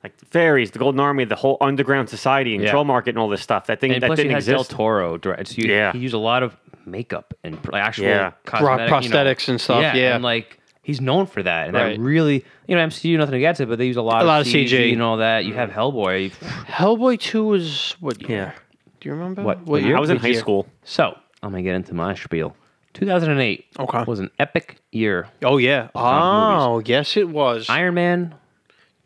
S2: like the fairies, the Golden Army, the whole underground society and
S3: Yeah.
S2: troll market and all this stuff. That thing
S3: And
S2: that
S3: plus, you
S2: didn't
S3: had Del
S2: exist.
S3: Toro direct. So you,
S2: Yeah.
S3: He used a lot of makeup and pr- actual
S2: Yeah.
S3: cosmetic,
S1: Pro-
S3: you know.
S1: prosthetics and stuff, yeah.
S3: And like, he's known for that. And
S1: Right.
S3: that really, you know, MCU, nothing against it, but they use a lot,
S1: A lot of CG.
S3: and all that. You have Hellboy.
S1: Hellboy 2 was what
S2: yeah,
S1: year? Do you remember?
S3: What- what
S1: what year?
S2: I was in
S1: What
S2: high
S1: year?
S2: school.
S3: So I'm going to get into my spiel. 2008
S1: Okay.
S3: was an epic year.
S1: Oh yeah. Oh, yes it was.
S3: Iron Man,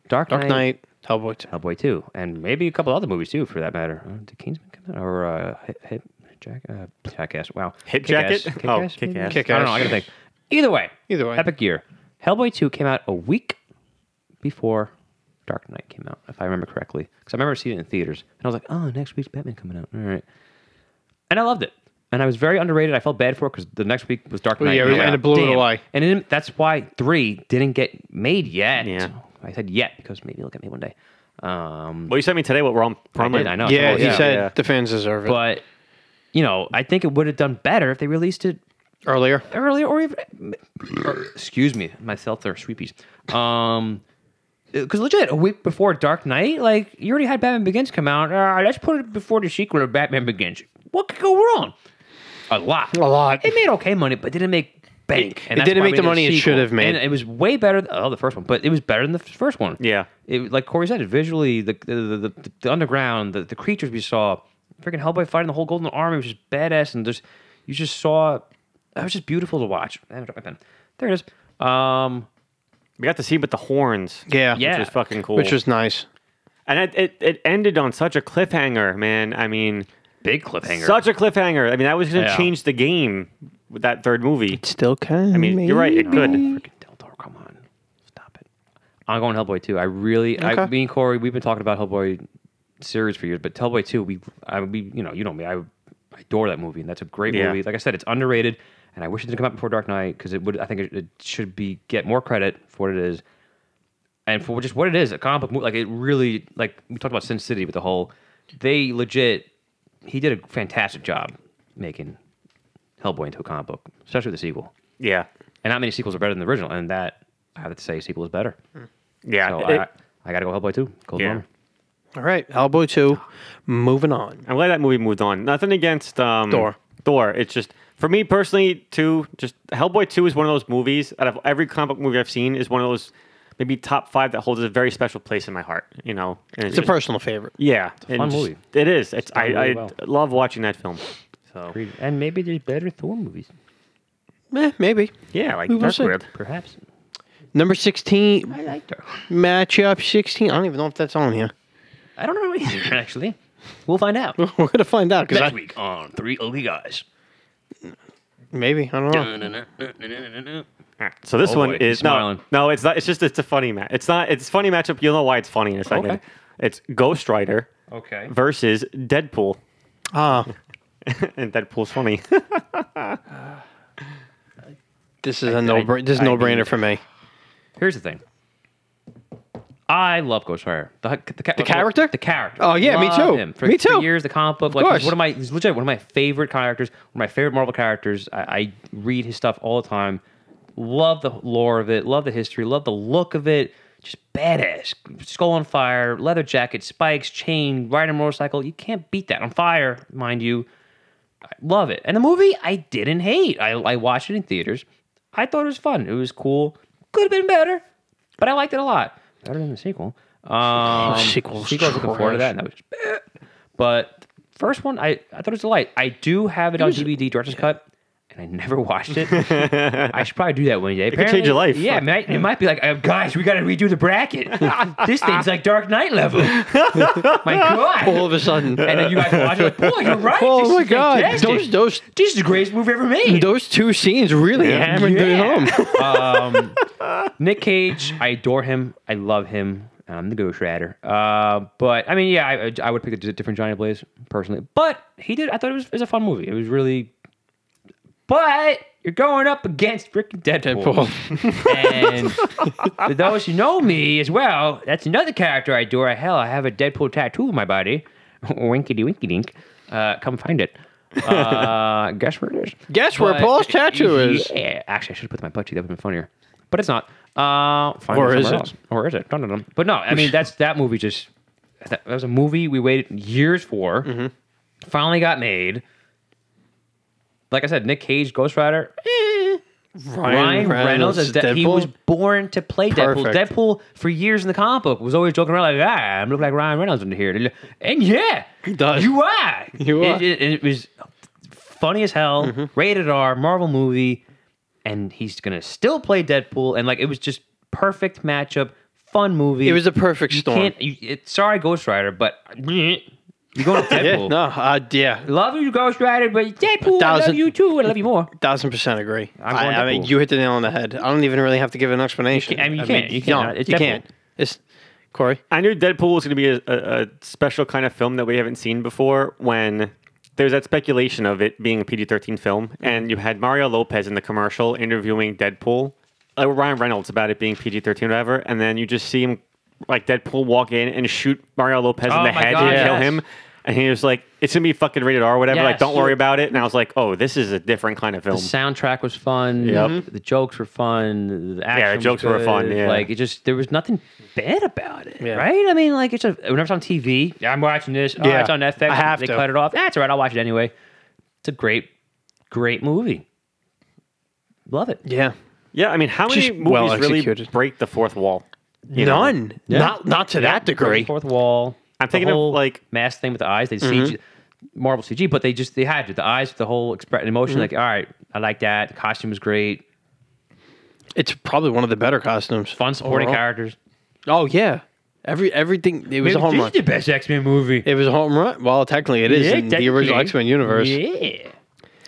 S3: Dark,
S1: Dark
S3: Knight,
S1: Knight, Hellboy 2.
S3: Hellboy 2, and maybe a couple other movies too, for that matter. Uh, did Kingsman come out? Or uh, Hip, hip Jack, uh, Jackass? Wow.
S2: Hip
S3: Kick-Ass?
S2: Jacket?
S3: Kick-Ass,
S2: Oh,
S3: maybe?
S2: Kick-Ass.
S3: I don't know. I gotta think. Either way.
S1: Either way.
S3: Epic year. Hellboy 2 came out a week before Dark Knight came out, if I remember correctly. Because I remember seeing it in theaters. And I was like, oh, next week's Batman coming out. All right. And I loved it. And I was very underrated. I felt bad for it because the next week was Dark Knight.
S1: yeah,
S3: and I was
S1: and
S3: like,
S1: it blew it
S3: "Damn."
S1: away.
S3: And it, that's why three didn't get made yet.
S2: Yeah.
S3: I said yet because maybe look at me one day. Um,
S2: Well, you sent me today what we're on.
S3: I did, I know.
S1: Yeah,
S3: Oh,
S1: he
S2: yeah.
S1: said
S2: Yeah.
S1: the fans deserve it.
S3: But you know, I think it would have done better if they released it
S1: Earlier.
S3: earlier or even. excuse me, myself there, sweepies. Um, because legit, a week before Dark Knight, like you already had Batman Begins come out. All right, let's put it before the sequel of Batman Begins. What could go wrong? A lot.
S1: A lot.
S3: It made okay money, but didn't make bank.
S1: it
S3: that's
S1: didn't
S3: why
S1: make
S3: we
S1: the
S3: did a
S1: money it
S3: sequel.
S1: should have made.
S3: And it was way better. Than, oh, the first one, but it was better than the f- first one.
S2: Yeah.
S3: It, like Corey said, visually, the the, the, the underground, the, the creatures we saw, freaking Hellboy fighting the whole Golden Army, which is badass, and just you just saw that was just beautiful to watch. I dropped my pen. There it is. Um,
S2: We got to see him with the horns.
S1: Yeah.
S3: Yeah.
S2: Which was fucking cool.
S1: Which was nice.
S2: and it, it, it ended on such a cliffhanger, man. I mean,
S3: big cliffhanger.
S2: such a cliffhanger. I mean, that was going to
S3: Yeah.
S2: change the game with that third movie.
S1: Still can.
S2: I mean, you're right. It could.
S3: Freaking Del Toro, come on, stop it. I'm going Hellboy two. I really, I,
S1: Okay.
S3: me and Corey, we've been talking about Hellboy series for years, but Hellboy two, we, I, we, you know, you know me, I, I adore that movie, and that's a great
S2: Yeah.
S3: movie. Like I said, it's underrated, and I wish it didn't come out before Dark Knight because it would, I think, it, it should be get more credit for what it is, and for just what it is, a comic book movie. Like it really, like we talked about Sin City with the whole, they legit, he did a fantastic job making Hellboy into a comic book, especially with the sequel
S2: Yeah.
S3: and not many sequels are better than the original. And that I have to say, sequel is better.
S2: Yeah.
S3: So
S2: It-
S3: I, I got to go Hellboy two. Cold
S2: Yeah.
S3: Warmer.
S1: All right. Hellboy 2. Moving on.
S2: I'm glad that movie moved on. Nothing against um,
S1: Thor.
S2: Thor. It's just for me personally, too. Just Hellboy two is one of those movies out of every comic book movie I've seen is one of those maybe top five that holds a very special place in my heart. You know, and
S1: It's a personal favorite.
S2: yeah, and
S3: fun movie.
S2: It is. It's, I,
S3: done really
S2: I
S3: well.
S2: love watching that film. So
S3: Agreed. And maybe there's better Thor movies,
S1: Eh, maybe.
S2: yeah, like
S1: We will
S2: that's
S1: see.
S2: weird.
S3: perhaps.
S1: Number 16,
S3: I liked her.
S1: matchup 16. I don't even know if that's on here.
S3: I don't know either, actually. We'll find out
S1: We're going to find out because
S3: next
S1: I
S3: week on Three Ugly Guys.
S1: maybe. I don't know.
S2: All right, so this
S3: Oh,
S2: one
S3: boy,
S2: is no,
S3: smiling.
S2: no, it's not. It's just it's a funny match. It's not. It's a funny matchup. You'll know why it's funny in a second.
S3: Okay.
S2: It's Ghost Rider
S3: Okay.
S2: versus Deadpool,
S1: Ah,
S2: and Deadpool's funny.
S1: this is a no bra- this is
S3: I
S1: no brainer
S3: need-
S1: for me.
S3: Here's the thing. I love Ghost Rider. The, the, ca-
S1: character?
S3: The character.
S1: Oh, yeah, me
S3: Love
S1: too.
S3: him. For,
S1: Me
S3: for
S1: too.
S3: years, the comic book. like he's
S1: course.
S3: one of my he's legit one of my favorite characters. One of my favorite Marvel characters. I, I read his stuff all the time. Love the lore of it. Love the history. Love the look of it. Just badass. Skull on fire. Leather jacket. Spikes. Chain. Riding a motorcycle. You can't beat that. On fire, mind you. Love it. And the movie I didn't hate. I, I watched it in theaters. I thought it was fun. It was cool. Could have been better, but I liked it a lot. Better than the sequel. Um,
S1: sequel's
S3: sequel's looking forward to that.
S1: trash.
S3: and that was just- but first one, I, I thought it was a delight. I do have it, on DVD, director's cut, and I never watched it. I should probably do that one day. It
S2: could change your life.
S3: Yeah, it might, it might be like, oh, gosh, we got to redo the bracket. this thing's like Dark Knight level. my God.
S1: All of a sudden,
S3: And then you guys watch it like, boy, you're right.
S1: Oh
S3: this
S1: my
S3: is
S1: God,
S3: fantastic.
S1: those- those-
S3: this is the greatest movie ever made.
S1: those two scenes really hammered it home.
S3: um, Nick Cage, I adore him. I love him. I'm the Ghost Rider. Uh, but I mean, yeah, I, I would pick a d- different Johnny Blaze personally. But he did. I thought it was, it was a fun movie. It was really. But you're going up against Rick Deadpool.
S1: Deadpool.
S3: And for those who know me as well, that's another character I adore. Hell, I have a Deadpool tattoo on my body. Winkety winky dink. Uh, come find it. Uh, guess where it is?
S1: Guess where
S3: But-
S1: Paul's tattoo is.
S3: Yeah, actually, I should have put my plushie. That would have been funnier. But it's not. Uh, find
S1: Or
S3: it
S1: is
S3: somewhere
S1: it?
S3: Else. Or is it? Dun, dun, dun. But no, I mean, that's that movie just. That, that was a movie we waited years for.
S1: Mm-hmm.
S3: Finally got made. Like I said, Nick Cage, Ghost Rider, eh. Ryan Reynolds, as De- He was born to play Deadpool.
S1: Perfect.
S3: Deadpool for years in the comic book was always joking around like, ah, I'm looking like Ryan Reynolds under here, and yeah, he
S1: does.
S3: You are.
S1: You
S3: It-
S1: are. Mm-hmm.
S3: It, it was funny as hell. Rated R, Marvel movie, and he's gonna still play Deadpool, and like it was just perfect matchup, fun movie.
S1: It was a perfect
S3: you
S1: storm.
S3: Can't, you, it, sorry, Ghost Rider, but you go to
S1: yeah,
S3: Deadpool.
S1: no, uh, yeah,
S3: Love you, Ghost Rider, but Deadpool, I love
S1: thousand-
S3: you too. I love you more.
S1: thousand percent agree.
S3: I'm
S1: I,
S3: going
S1: I mean,
S3: Deadpool.
S1: you hit the nail on the head. I don't even really have to give an explanation.
S3: can't- I mean, you can't. You
S1: no,
S3: can't. It's
S1: you
S3: Deadpool.
S1: can't. It's Corey.
S2: I knew Deadpool was going to be a, a, a special kind of film that we haven't seen before when there's that speculation of it being a PG 13 film, and you had Mario Lopez in the commercial interviewing Deadpool, uh, Ryan Reynolds about it being PG 13 or whatever, and then you just see him, like Deadpool, walk in and shoot Mario Lopez
S3: Oh
S2: in the
S3: my
S2: head
S3: God,
S2: and kill
S3: yes.
S2: him. And he was like, it's going to be fucking rated R or whatever. Like,
S3: Yes.
S2: don't worry about it. And I was like, oh, this is a different kind of film.
S3: The soundtrack was fun. The jokes were fun. The action
S2: the
S3: was
S2: jokes were
S3: good.
S2: fun, yeah.
S3: Like it just there was nothing bad about it.
S1: Yeah.
S3: Right? I mean, like it's a whenever it's on TV, yeah, I'm watching this. Oh,
S1: Yeah.
S3: it's on Netflix.
S1: I have
S3: they
S1: to.
S3: cut it off. That's all right. I'll watch it anyway. It's a great, great movie. Love it.
S1: Yeah,
S2: Yeah, I mean, how many
S1: Just
S2: movies
S1: well
S2: really
S1: executed.
S2: break the fourth wall? You know?
S1: none. Not not to that
S3: Breaking
S1: degree.
S3: Fourth wall.
S2: I'm
S3: the
S2: thinking of,
S3: whole
S2: like-
S3: mask thing with the eyes. They see Marvel CG, but they just they had to. The eyes, the whole expression, emotion. Like, all right, I like that. The costume was great.
S1: It's probably one of the better costumes.
S3: Fun supporting
S1: Overall.
S3: characters.
S1: Oh yeah, every everything. Uh-huh. It was a home
S3: this
S1: run.
S3: is the best X Men movie.
S1: It was a home run. Well, technically, it is in the original X Men universe.
S3: Yeah.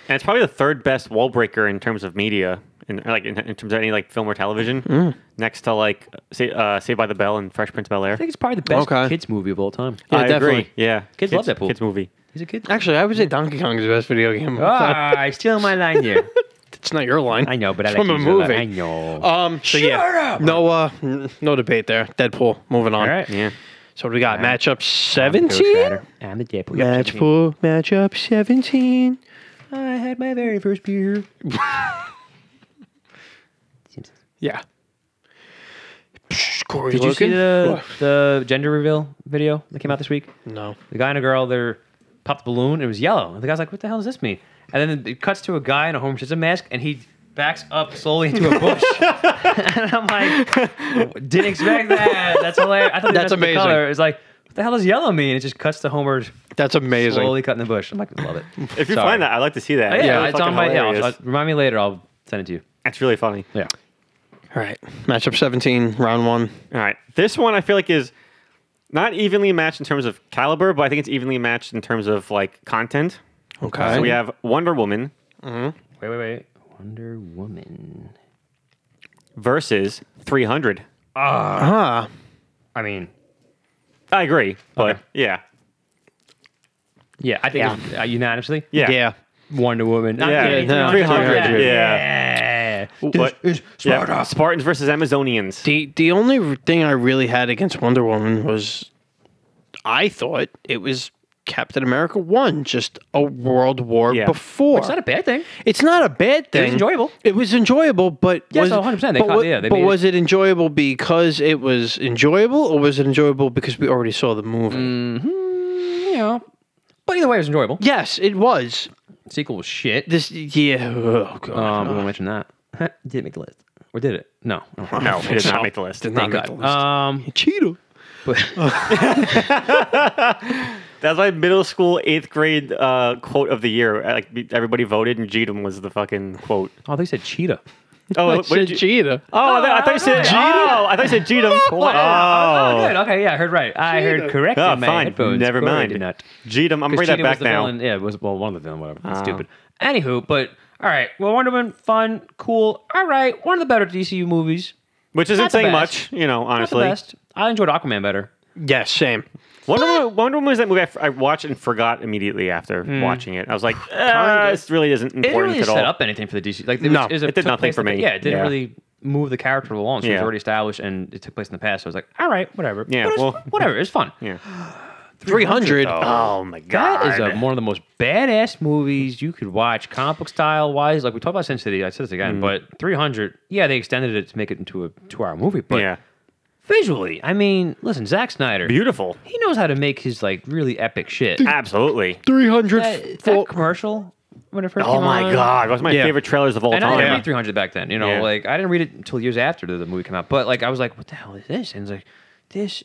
S2: And it's probably the third best wall breaker in terms of media, in, like in, in terms of any like film or television,
S3: Mm.
S2: next to like say, uh, Saved by the Bell and Fresh Prince of Bel Air.
S3: I think it's probably the best
S1: Okay.
S3: kids movie of all time.
S1: Yeah,
S2: I agree.
S1: definitely.
S2: Yeah,
S3: Kids love that pool.
S2: Kids movie.
S3: He's a kid.
S1: Actually, I would say Donkey Kong is the best video game. of all time.
S3: Ah, I steal my line here.
S1: It's not your line.
S3: I know, but I
S1: It's
S3: like
S1: from a
S3: to use that.
S1: movie.
S3: I know.
S1: Um. So
S3: Shut
S1: yeah.
S3: up!
S1: No. Uh. n- No debate there. Deadpool. Moving on.
S3: all right.
S2: Yeah.
S1: So what do we got? Matchup
S3: Ghost
S1: seventeen.
S3: Rider. I'm the Deadpool.
S1: Matchpool. Matchup seventeen.
S3: I had my very first beer.
S1: Yeah. Psh, Corey
S3: Did you see
S1: Logan?
S3: the, the gender reveal video that came out this week?
S1: no.
S3: The guy and a girl, they're popped the balloon. It was yellow. And the guy's like, what the hell does this mean? And then it cuts to a guy in a Homer Simpson mask, and he backs up slowly into a bush. and I'm like, didn't expect that. That's hilarious. I thought
S1: That's
S3: that's amazing.
S1: amazing.
S3: The color. It's like, what the hell does yellow mean? It just cuts to Homer
S1: That's amazing.
S3: slowly cutting the bush. I'm like, love it.
S2: If you
S3: Sorry. Oh,
S2: find that, I'd like to see that.
S3: yeah,
S1: Yeah,
S3: it's on my. Yeah, I'll-
S2: hilarious.
S3: I'll- remind me later. I'll send it to you.
S2: That's really funny.
S3: Yeah.
S1: All right. Matchup 17, round one.
S2: All right. This one I feel like is not evenly matched in terms of caliber, but I think it's evenly matched in terms of like content.
S1: Okay.
S2: So we have Wonder Woman
S3: Wait, wait, wait. Wonder Woman.
S2: versus 300.
S1: Ah.
S3: I mean,
S2: I agree, but yeah.
S3: yeah, I think it's, uh, unanimously.
S2: Yeah.
S1: Yeah.
S3: Wonder Woman. Not
S2: Yeah.
S3: kidding,
S1: no,
S3: 300.
S1: 300,
S3: Yeah.
S2: What?
S3: This is
S2: Yeah.
S3: Sparta.
S2: Spartans versus Amazonians.
S1: The, the only thing I really had against Wonder Woman was I thought it was Captain America 1, just a world war
S2: Yeah.
S1: before.
S3: It's not a bad thing.
S1: It's not a bad thing.
S3: enjoyable.
S1: It was enjoyable, but
S3: Yes,
S1: was
S3: 100%, they
S1: but,
S3: caught-
S1: wa-
S3: yeah, they
S1: but
S3: made it-
S1: was it enjoyable because it was enjoyable, or was it enjoyable because we already saw the movie?
S3: Mm. You know. But either way, it was enjoyable.
S1: Yes, it was.
S3: Sequel was shit.
S1: This yeah. Oh god.
S3: Um, we won't mention that. did make the list. Or did it? No. Oh,
S2: No, it did not make the list.
S1: Did
S2: Thank
S1: not make the list.
S3: Um,
S1: Cheetah.
S2: That's my middle school eighth grade uh, quote of the year. Like be- everybody voted, and Jetum was the fucking quote.
S3: oh, they said cheetah.
S2: Oh,
S1: I
S2: what did
S1: said
S2: you?
S1: cheetah.
S3: Uh,
S2: oh, I thought- I thought you said Oh, I thought you said Jetum.
S3: Oh,
S2: oh,
S3: good. Okay, yeah, I heard right. I heard correctly.
S2: oh,
S3: my
S2: fine.
S3: headphones.
S2: Never
S3: Corey
S2: mind.
S3: Did not.
S2: Jetum, I'm gonna bring that
S3: Cheetah was
S2: back
S3: the
S2: now.
S3: villain- Yeah, it was well one of the villain, whatever. It's
S2: Oh.
S3: stupid. Anywho, but all right. Well, Wonder Woman, fun, cool. All right, one of the better DCU movies.
S2: Which isn't
S3: Not the
S2: saying much,
S3: best.
S2: you know,
S3: Not the
S2: honestly.
S3: best. I enjoyed Aquaman better.
S1: Yes, same.
S2: Wonder Woman, Wonder Woman was that movie I, f- I watched and forgot immediately after watching it. I was like, uh, this really isn't
S3: Hmm. It didn't
S2: important
S3: really
S2: at
S3: set
S2: all.
S3: up anything for the DC. Like, it,
S1: No,
S3: was, was a-
S2: it did
S3: took
S2: nothing
S3: place
S2: for
S3: in the-
S2: me.
S3: Yeah, it didn't
S2: Yeah.
S3: really move the character along. So it was
S2: Yeah.
S3: already established, and it took place in the past. So I was like, all right, whatever.
S2: Yeah,
S3: But it was-
S2: well-
S3: whatever. It's fun.
S2: Yeah.
S1: Three hundred.
S2: Oh my god.
S3: That is a, one of the most badass movies you could watch, comic book style wise. Like we talked about Sin City, I said this
S2: Mm.
S3: again, but 300, yeah, they extended it to make it into a two hour movie, but
S2: yeah.
S3: visually, I mean, listen, Zack Snyder,
S2: Beautiful.
S3: he knows how to make his like really epic shit.
S2: Absolutely.
S1: Three hundred.
S3: That, that
S1: full-
S3: commercial when it first
S2: Oh
S3: came
S2: my
S3: on.
S2: god. That's my
S1: Yeah.
S2: favorite trailers of all
S3: And I
S2: time.
S3: didn't read 300 back then, you know,
S2: Yeah.
S3: like I didn't read it until years after the, the movie came out, but like I was like, what the hell is this? And it's like, this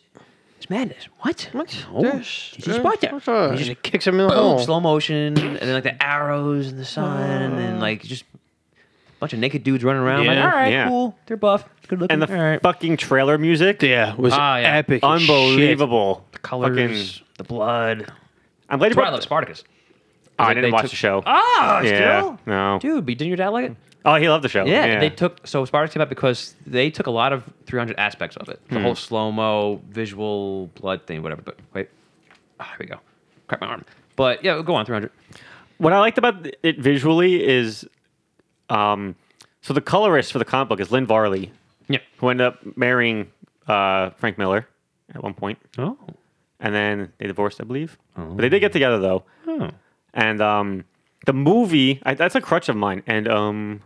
S3: is madness. What?
S1: What's
S3: Oh,
S1: this?
S3: Did you spot that?
S1: What's that?
S3: Did you
S1: And it kicks him in the
S3: boom,
S2: Oh.
S1: hole.
S3: "Oh, slow motion, and then like the arrows and the sun, and like just a bunch of naked dudes running around.
S1: Yeah.
S3: Like, all right,
S2: Oh. Yeah.
S3: cool. They're buff, good looking.
S2: And the
S3: all right,
S2: fucking trailer music.
S1: Yeah, was
S3: Ah, yeah.
S1: epic. as shit.
S2: Unbelievable.
S3: colors,
S2: Fucking-
S3: the blood.
S2: I'm glad you
S3: That's why I
S2: brought
S3: love Spartacus.
S2: Oh, I
S3: Like,
S2: didn't
S3: they
S2: watch
S3: took-
S2: the show.
S3: Oh,
S2: Yeah,
S3: still?
S2: no.
S3: dude, but didn't your dad like it?
S2: Oh, he loved the show.
S3: Yeah, they took so Spartacus came out because they took a lot of 300 aspects of it, the whole slow mo, visual blood thing, whatever. But wait, Ah, here we go. Crack my arm. But yeah, go on 300.
S2: what I liked about it visually is, um, so the colorist for the comic book is Lynn Varley,
S3: Yeah.
S2: who ended up marrying uh, Frank Miller at one point,
S3: Oh.
S2: and then they divorced, I believe. But they did get together though,
S3: Oh.
S2: and um, the movie I, that's a crutch of mine, and um,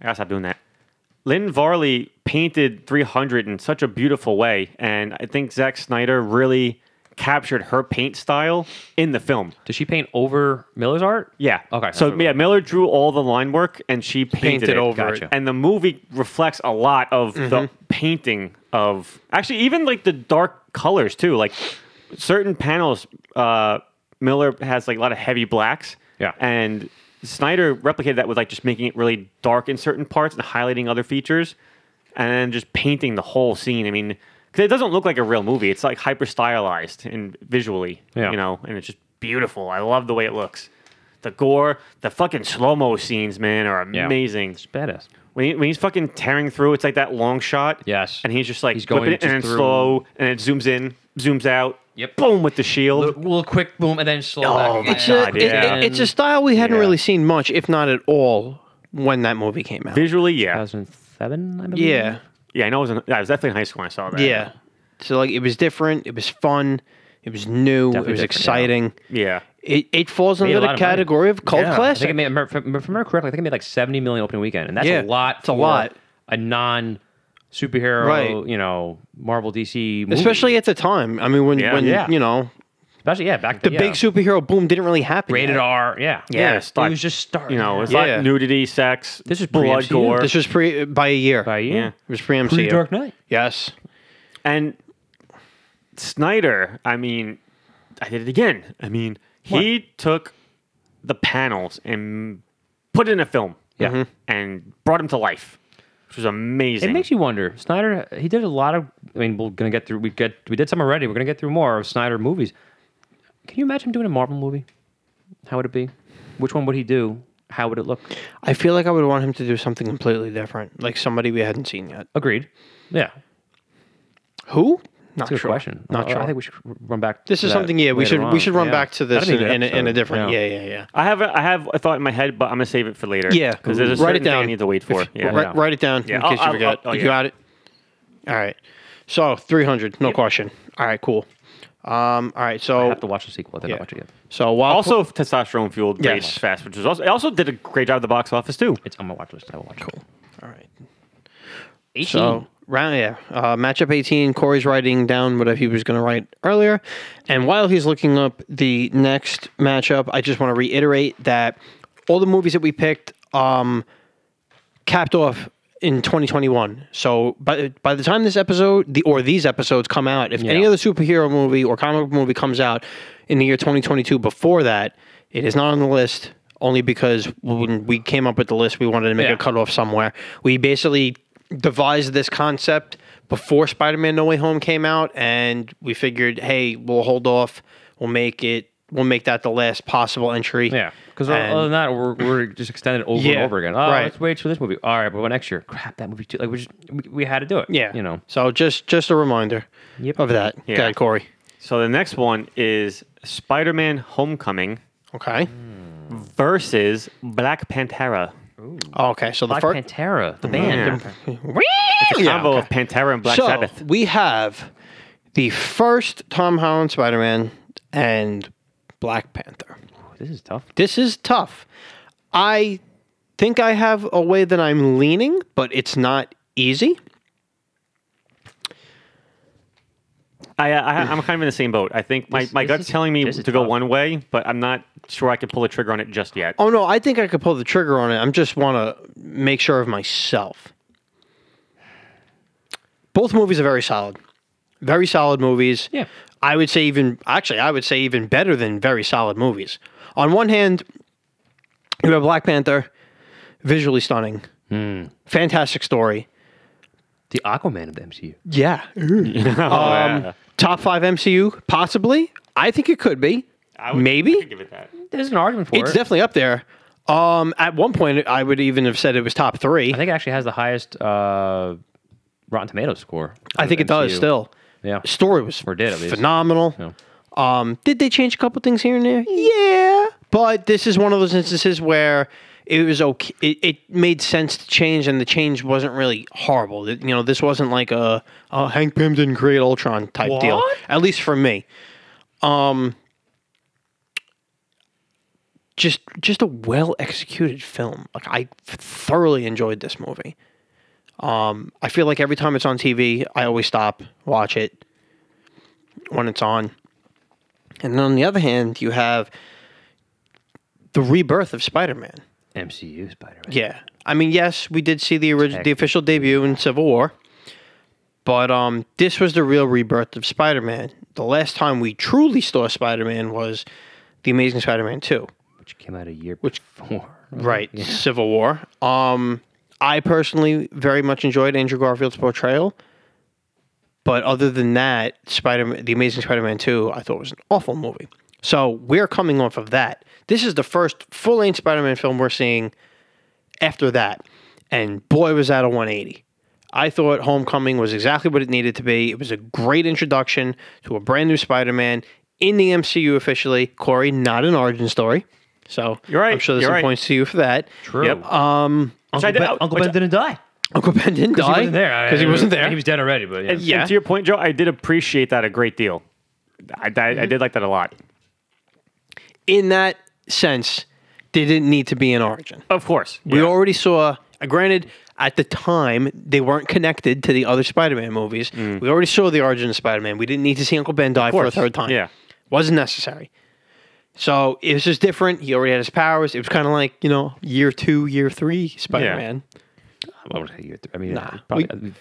S2: I gotta stop doing that. Lynn Varley painted 300 in such a beautiful way, and I think Zack Snyder really captured her paint style in the film.
S3: Did she paint over Miller's art?
S2: Yeah.
S3: Okay, that's
S2: So
S3: what it
S2: yeah, Miller drew all the line work and she painted,
S1: painted
S2: it.
S1: over
S3: Gotcha. it. Mm-hmm.
S2: And the movie reflects a lot of the painting of actually even like the dark colors too. Like certain panels, uh, Miller has like a lot of heavy blacks.
S3: Yeah.
S2: And Snyder replicated that with like just making it really dark in certain parts and highlighting other features, and then just painting the whole scene. I mean, 'cause it doesn't look like a real movie. It's like hyper stylized and visually,
S3: Yeah.
S2: you know, and it's just beautiful. I love the way it looks. The gore, the fucking slow mo scenes, man, are
S3: Yeah.
S2: amazing
S3: It's badass.
S2: when, he, when he's fucking tearing through, it's like that long shot.
S3: Yes.
S2: And he's just like
S3: He's
S2: he's
S3: going
S2: going
S3: just
S2: and
S3: through.
S2: slow, and it zooms in, zooms out.
S3: Yep.
S2: Boom with the shield.
S3: Little, little quick boom and then slow.
S2: Oh,
S3: back
S1: It's
S2: my
S1: a,
S2: God,
S1: it-
S2: yeah.
S1: it- it's a style we hadn't
S2: Yeah.
S1: really seen much, if not at all, when that movie came out.
S2: Visually, yeah,
S3: 2007, I believe.
S1: Yeah,
S2: yeah. I know. I was, in, I was definitely in high school when I saw that.
S1: yeah. So like, it was different. It was fun. It was new. it
S3: Definitely
S1: was
S3: different, yeah.
S1: exciting.
S2: yeah.
S1: It, it falls under
S3: a
S1: the
S3: lot of money.
S1: category of cult
S2: Yeah.
S3: I think
S1: classic.
S3: it made, if I remember correctly, I think it made like 70 million opening weekend. And that's
S1: Yeah,
S3: a lot
S1: it's a
S3: for
S1: lot.
S3: a non superhero,
S1: Right.
S3: you know, Marvel DC movie.
S1: Especially at the time. I mean, when
S2: Yeah.
S1: when
S2: Yeah.
S1: you know
S3: Especially, yeah, back
S1: the
S3: yeah.
S1: big superhero boom didn't really happen.
S3: rated
S1: yet.
S3: R. Yeah.
S2: Yeah,
S3: It
S2: it's like-
S3: was just starting.
S2: You know, it's
S1: Yeah.
S2: like nudity, sex.
S3: This is
S2: blood
S3: pre-MCU.
S2: gore.
S1: This was pre by a year.
S3: by a
S2: yeah.
S3: year.
S1: It was pre
S3: Pre
S1: MCU.
S3: Dark Knight.
S1: Yes.
S2: And Snyder, I mean, I did it again. I mean, he took the panels and put it in a film. Mm-hmm.
S3: Yeah.
S2: And brought him to life, which was amazing.
S3: It makes you wonder. Snyder, he did a lot of. I mean, we're gonna get through. We get we did some already. We're gonna get through more of Snyder movies. Can you imagine him doing a Marvel movie? How would it be? Which one would he do? How would it look?
S1: I feel like I would want him to do something completely different, like somebody we hadn't seen yet.
S3: Agreed. Yeah,
S1: Who? Not
S3: that's a good
S1: sure.
S3: question.
S1: Not
S3: I,
S1: sure.
S3: I think we should r- run back.
S1: This
S3: to
S1: is
S3: that
S1: something. Yeah, we
S3: later
S1: should we
S3: on.
S1: should run
S3: Yeah.
S1: back to this
S3: That'd be
S1: in,
S3: a good
S1: in, a, in a
S3: episode.
S1: different. Yeah, yeah, yeah.
S2: I have a, I have a thought in my head, but I'm gonna save it for later.
S1: Yeah,
S2: because there's a
S1: write
S2: certain
S1: it down.
S2: thing I need to wait for. yeah,
S1: Wri- Write it down
S2: Yeah,
S1: in
S2: I'll-
S1: case you
S2: I'll-
S1: forgot.
S2: I'll- oh,
S1: you
S2: yeah.
S1: got it. All right. So three hundred, no question. All right, cool. Um. All right.
S3: I
S1: So
S3: have to watch the sequel. I did
S1: Yeah.
S3: not watch it yet.
S1: so while
S2: also testosterone fueled
S1: Yes.
S2: rage fast, which was also it also did a great job at the box office too.
S3: It's on my watch list. I will watch it.
S1: all right.
S3: 18.
S1: So round yeah, uh, matchup eighteen. Corey's writing down whatever he was going to write earlier, and while he's looking up the next matchup, I just want to reiterate that all the movies that we picked um, capped off in 2021. So by by the time this episode the, or these episodes come out, if any
S3: Yeah.
S1: other superhero movie or comic book movie comes out in the year 2022 before that, it is not on the list only because when we came up with the list, we wanted to make
S3: Yeah.
S1: a cutoff somewhere. We basically devised this concept before Spider-Man No Way Home came out and we figured, "Hey, we'll hold off. We'll make it we'll make that the last possible entry."
S3: yeah, because
S1: And-
S3: uh, other than that, we're, we're just extended over and
S1: Yeah,
S3: over again. Oh,
S1: right.
S3: let's wait for this movie. All right, but what next year? Crap, that movie too. Like we just we, we had to do it.
S1: Yeah.
S3: you know.
S1: So just just a reminder
S3: Yep.
S1: of that.
S2: Yeah.
S1: Go ahead, Corey.
S2: So the next one is Spider-Man: Homecoming
S1: Okay.
S3: Mm.
S2: versus Black Pantera.
S1: Oh, okay. So the
S3: Black
S1: first
S3: Pantera, the band.
S2: Combo of Pantera and Black
S1: so
S2: Sabbath.
S1: we have the first Tom Holland Spider Man and Black Panther.
S3: This is tough.
S1: This is tough. I think I have a way that I'm leaning, but it's not easy.
S2: I, I I'm kind of in the same boat. I think my,
S3: This-
S2: my
S3: this
S2: gut's
S3: is-
S2: telling me
S3: this is
S2: to go
S3: tough.
S2: one way, but I'm not sure I can pull a trigger on it just yet.
S1: Oh no, I think I could pull the trigger on it. I'm just want to make sure of myself. Both movies are very solid. Very solid movies.
S3: Yeah.
S1: I would say even actually I would say even better than very solid movies. On one hand, you have Black Panther, visually stunning. Fantastic story.
S3: The Aquaman of the MCU.
S1: Yeah.
S3: Oh,
S1: um, Top 5 MCU possibly. I think it could be.
S2: I would-
S1: Maybe.
S2: I could give it that.
S3: There's an argument for
S1: It's
S3: it.
S1: definitely up there. Um, at one point, I would even have said it was top three.
S3: I think it actually has the highest uh, Rotten Tomatoes score.
S1: I
S3: of
S1: think it does
S3: MCU.
S1: still.
S3: Yeah.
S1: Story was
S3: Or did, at least.
S1: phenomenal.
S3: Yeah.
S1: Um, did they change a couple things here and there? Yeah, but this is one of those instances where it was okay. It, it made sense to change, and the change wasn't really horrible. It- you know, this wasn't like a oh, Hank Pym didn't create Ultron type deal.
S3: What?
S1: At least for me. Um, just just a well executed film. Like I thoroughly enjoyed this movie. Um, I feel like every time it's on TV, I always stop, watch it when it's on. And then on the other hand, you have the rebirth of Spider-Man.
S3: MCU Spider-Man.
S1: Yeah, I mean, yes, we did see the original, the official debut in Civil War, but um, this was the real rebirth of Spider-Man. The last time we truly saw Spider-Man was The Amazing Spider-Man Two,
S3: which came out a year which, before.
S1: right? Civil War. Um, I personally very much enjoyed Andrew Garfield's portrayal, but other than that, Spider The Amazing Spider-Man Two, I thought was an awful movie. So we're coming off of that. This is the first full-length Spider-Man film we're seeing after that. And boy, was that a 180. I thought Homecoming was exactly what it needed to be. It was a great introduction to a brand new Spider Man in the MCU officially. Corey, not an origin story. So
S2: You're right,
S1: I'm sure there's
S2: you're
S1: some
S2: right.
S1: points to you for that.
S3: True.
S2: Yep.
S1: Um,
S2: Which I
S3: Uncle,
S2: did-
S3: ben,
S2: oh,
S3: Uncle
S2: which
S3: ben
S2: I-
S3: didn't die.
S1: Uncle Ben didn't die
S3: He wasn't there.
S1: because he
S3: I-
S1: wasn't there.
S3: He was dead already, but yeah.
S2: And
S1: Yeah.
S2: to your point, Joe, I did appreciate that a great deal. I, I,
S1: Mm-hmm.
S2: I did like that a lot.
S1: in that sense, they didn't need to be an origin.
S2: Of course.
S1: We
S2: Yeah.
S1: already saw. Uh, granted, at the time they weren't connected to the other Spider-Man movies.
S3: Mm.
S1: We already saw the origin of Spider-Man. We didn't need to see Uncle Ben die for a
S2: course,
S1: third time.
S2: yeah.
S1: wasn't necessary. So it was just different. He already had his powers. It was kind of like you know year two, year three Spider-Man.
S3: I would say year three. I mean,
S1: Nah.
S3: probably,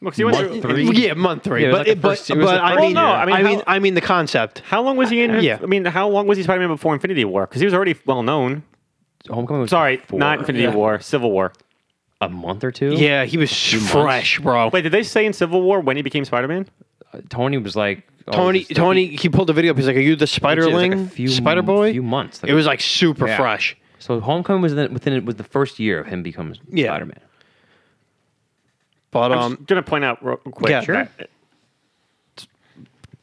S2: Look, so you went through-
S3: Month three.
S1: Yeah, month uh, three.
S3: Yeah, it was
S1: but
S3: like the
S1: it- but,
S3: first- it was
S1: but
S3: the
S1: I
S3: first
S1: mean,
S2: year. Well,
S1: I
S2: no,
S1: mean,
S2: I
S1: I
S2: mean,
S1: mean,
S2: how-
S1: the concept.
S2: How long was he in?
S1: yeah.
S2: I mean, how long was he Spider-Man before Infinity War? Because he was already well known.
S3: Homecoming was
S2: Sorry,
S3: before.
S2: not Infinity
S1: Yeah.
S2: War, Civil War.
S3: a month or two.
S1: Yeah, he was fresh, bro.
S2: Wait, did they say in Civil War when he became Spider-Man?
S3: Tony was like oh,
S1: Tony,
S3: this-
S1: Tony, he pulled the video up. He's like, "Are you the
S3: it was like a
S1: Spiderling,
S3: few-
S1: Spider Boy?"
S3: few months. Like
S1: It was like super
S3: Yeah.
S1: fresh.
S3: So Homecoming was within, within it was the first year of him becoming
S1: Yeah.
S3: Spider-Man.
S1: But
S2: I'm
S1: um,
S2: just gonna point out real quick.
S1: Yeah. Sure.
S2: that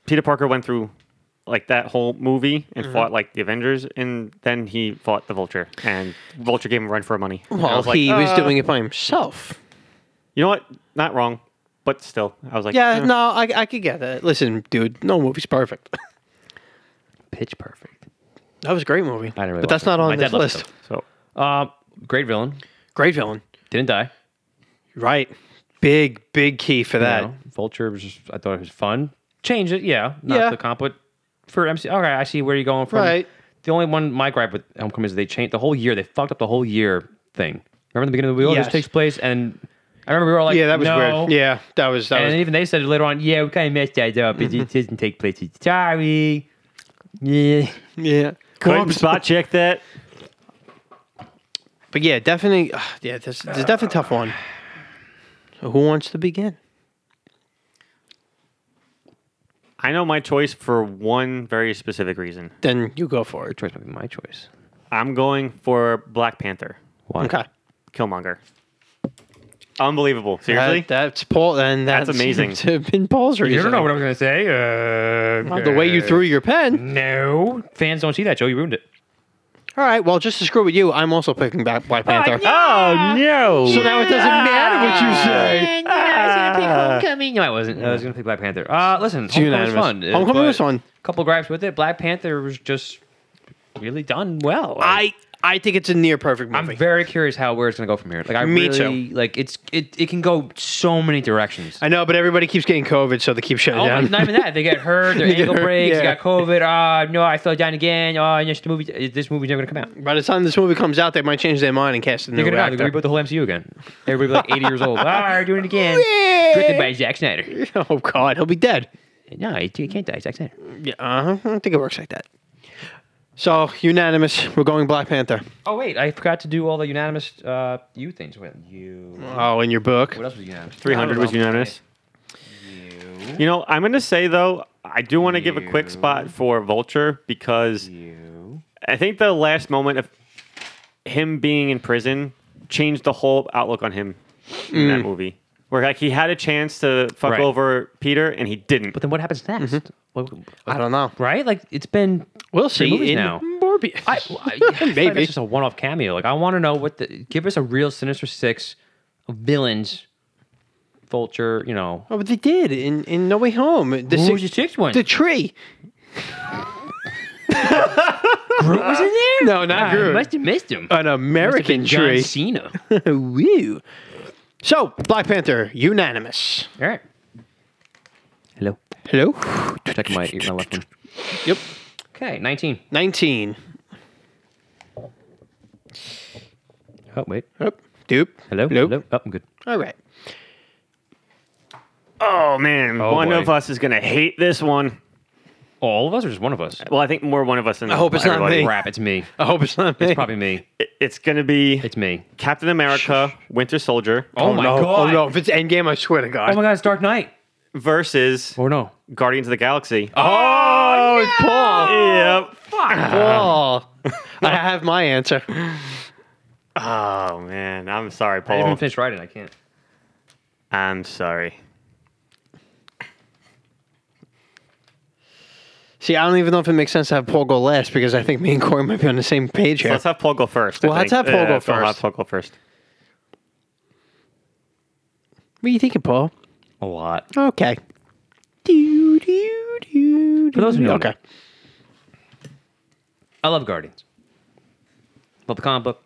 S2: Peter Parker went through like that whole movie and
S1: Mm-hmm.
S2: fought like the Avengers, and then he fought the Vulture, and Vulture gave him a run for money. And I
S1: Well,
S2: was like,
S1: he was
S2: uh,
S1: doing it by himself.
S2: You know what? Not wrong, but still, I was like,
S1: Yeah,
S2: eh.
S1: no, I, I could get that. Listen, dude, no movie's perfect.
S3: Pitch Perfect.
S1: that was a great movie.
S3: I didn't really
S1: but that's
S3: like
S1: not
S3: it.
S1: on
S3: My
S1: this
S3: dad loved
S1: list.
S3: it,
S2: So
S3: Uh, great villain.
S1: Great villain.
S3: Didn't die.
S1: Right. Big, big key for
S3: you
S1: that.
S3: know, Vulture was just, I thought it was fun. Change it, yeah. Not
S1: Yeah.
S3: the comp, but for MC. All right, I see where you're going from.
S1: Right.
S3: The only one my gripe with Homecoming is they changed the whole year. They fucked up the whole year thing. Remember the beginning of the wheel?
S1: Yes.
S3: This takes place, and I remember we were all like,
S1: Yeah, that was
S3: no.
S1: weird. Yeah, that was that
S3: And
S1: was
S3: even they said later on, yeah, we kind of messed that up. It just doesn't take place. Sorry. Yeah.
S1: yeah.
S2: couldn't spot check that.
S1: But yeah, definitely. ugh, yeah, this, this is definitely a tough one. So who wants to begin?
S2: I know my choice for one very specific reason.
S1: Then you go for it.
S3: Choice might be my choice.
S2: I'm going for Black Panther,
S3: Why?
S1: Okay.
S2: Killmonger. Unbelievable. Seriously?
S1: That, that's Paul, and that's,
S2: That's amazing.
S1: been Paul's reason.
S3: You don't know what I was going to say. Uh,
S1: Well, the way you threw your pen.
S3: No. Fans don't see that, Joe. You ruined it.
S1: All right. Well, just to screw with you, I'm also picking back Black Panther.
S2: oh, no.
S1: So now it doesn't matter what you say.
S3: And I was gonna pick Homecoming. No, I wasn't. I was gonna pick Black Panther. Uh, listen, Homecoming was
S1: Ah. unanimous.
S3: fun. uh,
S1: Homecoming
S3: but
S1: was fun.
S3: A couple gripes with it. Black Panther was just really done well.
S1: I I think it's a near perfect
S3: I'm
S1: movie.
S3: very curious how where it's gonna go from here. Like I
S1: Me
S3: really like it's it, it can go so many directions.
S1: I know, but everybody keeps getting COVID, so they keep shutting
S3: Oh,
S1: down.
S3: not even that. They get hurt. Their
S1: They get
S3: ankle
S1: hurt,
S3: breaks.
S1: yeah.
S3: They got COVID. Ah, no, I fell down again. Oh, and this movie, this movie's never gonna come out.
S1: By the time this movie comes out, they might change their mind and cast a new
S3: They're gonna,
S1: actor.
S3: they're gonna rebuild the whole MCU again. Everybody like 80 years old. Ah, we're doing it again. Directed by Zack Snyder.
S1: oh God, he'll be dead.
S3: No, he he can't die. Zack Snyder.
S1: Yeah, uh-huh. I think it works like that. So unanimous, we're going Black Panther.
S3: Oh wait, I forgot to do all the unanimous uh, you things with you.
S1: Oh, in your book,
S3: What else was unanimous?
S2: 300 was unanimous. You know, I'm going to say, though, I do want to give a quick spot for Vulture because I think the last moment of him being in prison changed the whole outlook on him in
S1: Mm.
S2: that movie. Where like he had a chance to fuck
S3: Right.
S2: over Peter and he didn't.
S3: But then what happens next? What-
S1: I don't know.
S3: right? Like it's been.
S1: We'll
S3: Three
S1: see
S3: movies
S1: in
S3: now.
S1: Morbius.
S3: I, I
S1: Maybe.
S3: maybe it's just a one-off cameo. Like I want to know what the give us a real Sinister Six of villains, Vulture. You know,
S1: oh, but they did in in No Way Home. The,
S3: who
S1: si-
S3: was the sixth one?
S1: the tree.
S3: Groot was in there.
S1: No, not
S3: Ah,
S1: Groot.
S3: Must have missed him.
S1: An American
S3: John
S1: tree.
S3: Cena.
S1: Woo. So Black Panther unanimous.
S3: All right. Hello.
S1: Hello.
S3: Check my, my left one.
S1: Yep.
S3: Okay, nineteen.
S1: 19.
S3: Oh wait.
S1: Yep. Doop.
S3: Hello.
S1: Nope.
S3: Oh, I'm good.
S1: All right.
S2: Oh man, one
S3: boy.
S2: oh,
S1: Oh,
S2: of us is gonna hate this one.
S3: all of us or just one of us?
S2: Well, I think more one of us. In
S1: I hope it's not me.
S3: Crap, it's me.
S1: I hope it's not me.
S3: It's probably me.
S2: It's gonna be
S3: It's me.
S2: Captain America, Winter Soldier
S3: Oh, my
S1: no.
S3: god.
S1: Oh no! If it's Endgame, I swear to God.
S3: Oh my god, it's Dark Knight.
S2: versus
S3: Or Oh no.
S2: Guardians of the Galaxy.
S1: Oh, it's Paul.
S2: Yep.
S1: Paul. Um, I have my answer.
S2: Oh man, I'm sorry,
S3: I
S2: Paul.
S3: haven't finished writing. I can't.
S2: I'm sorry.
S1: See, I don't even know if it makes sense to have Paul go last because I think me and Corey might be on the same page
S2: So
S1: here.
S2: let's have Paul go first. I
S1: Well, let's
S2: think.
S1: have Paul go
S2: let's have
S1: first.
S2: Paul go first.
S1: What are you thinking, Paul?
S3: A lot.
S1: Okay. Do, do, do,
S3: For those who
S1: do.
S3: don't know.
S1: okay.
S3: I love Guardians. Love the comic book.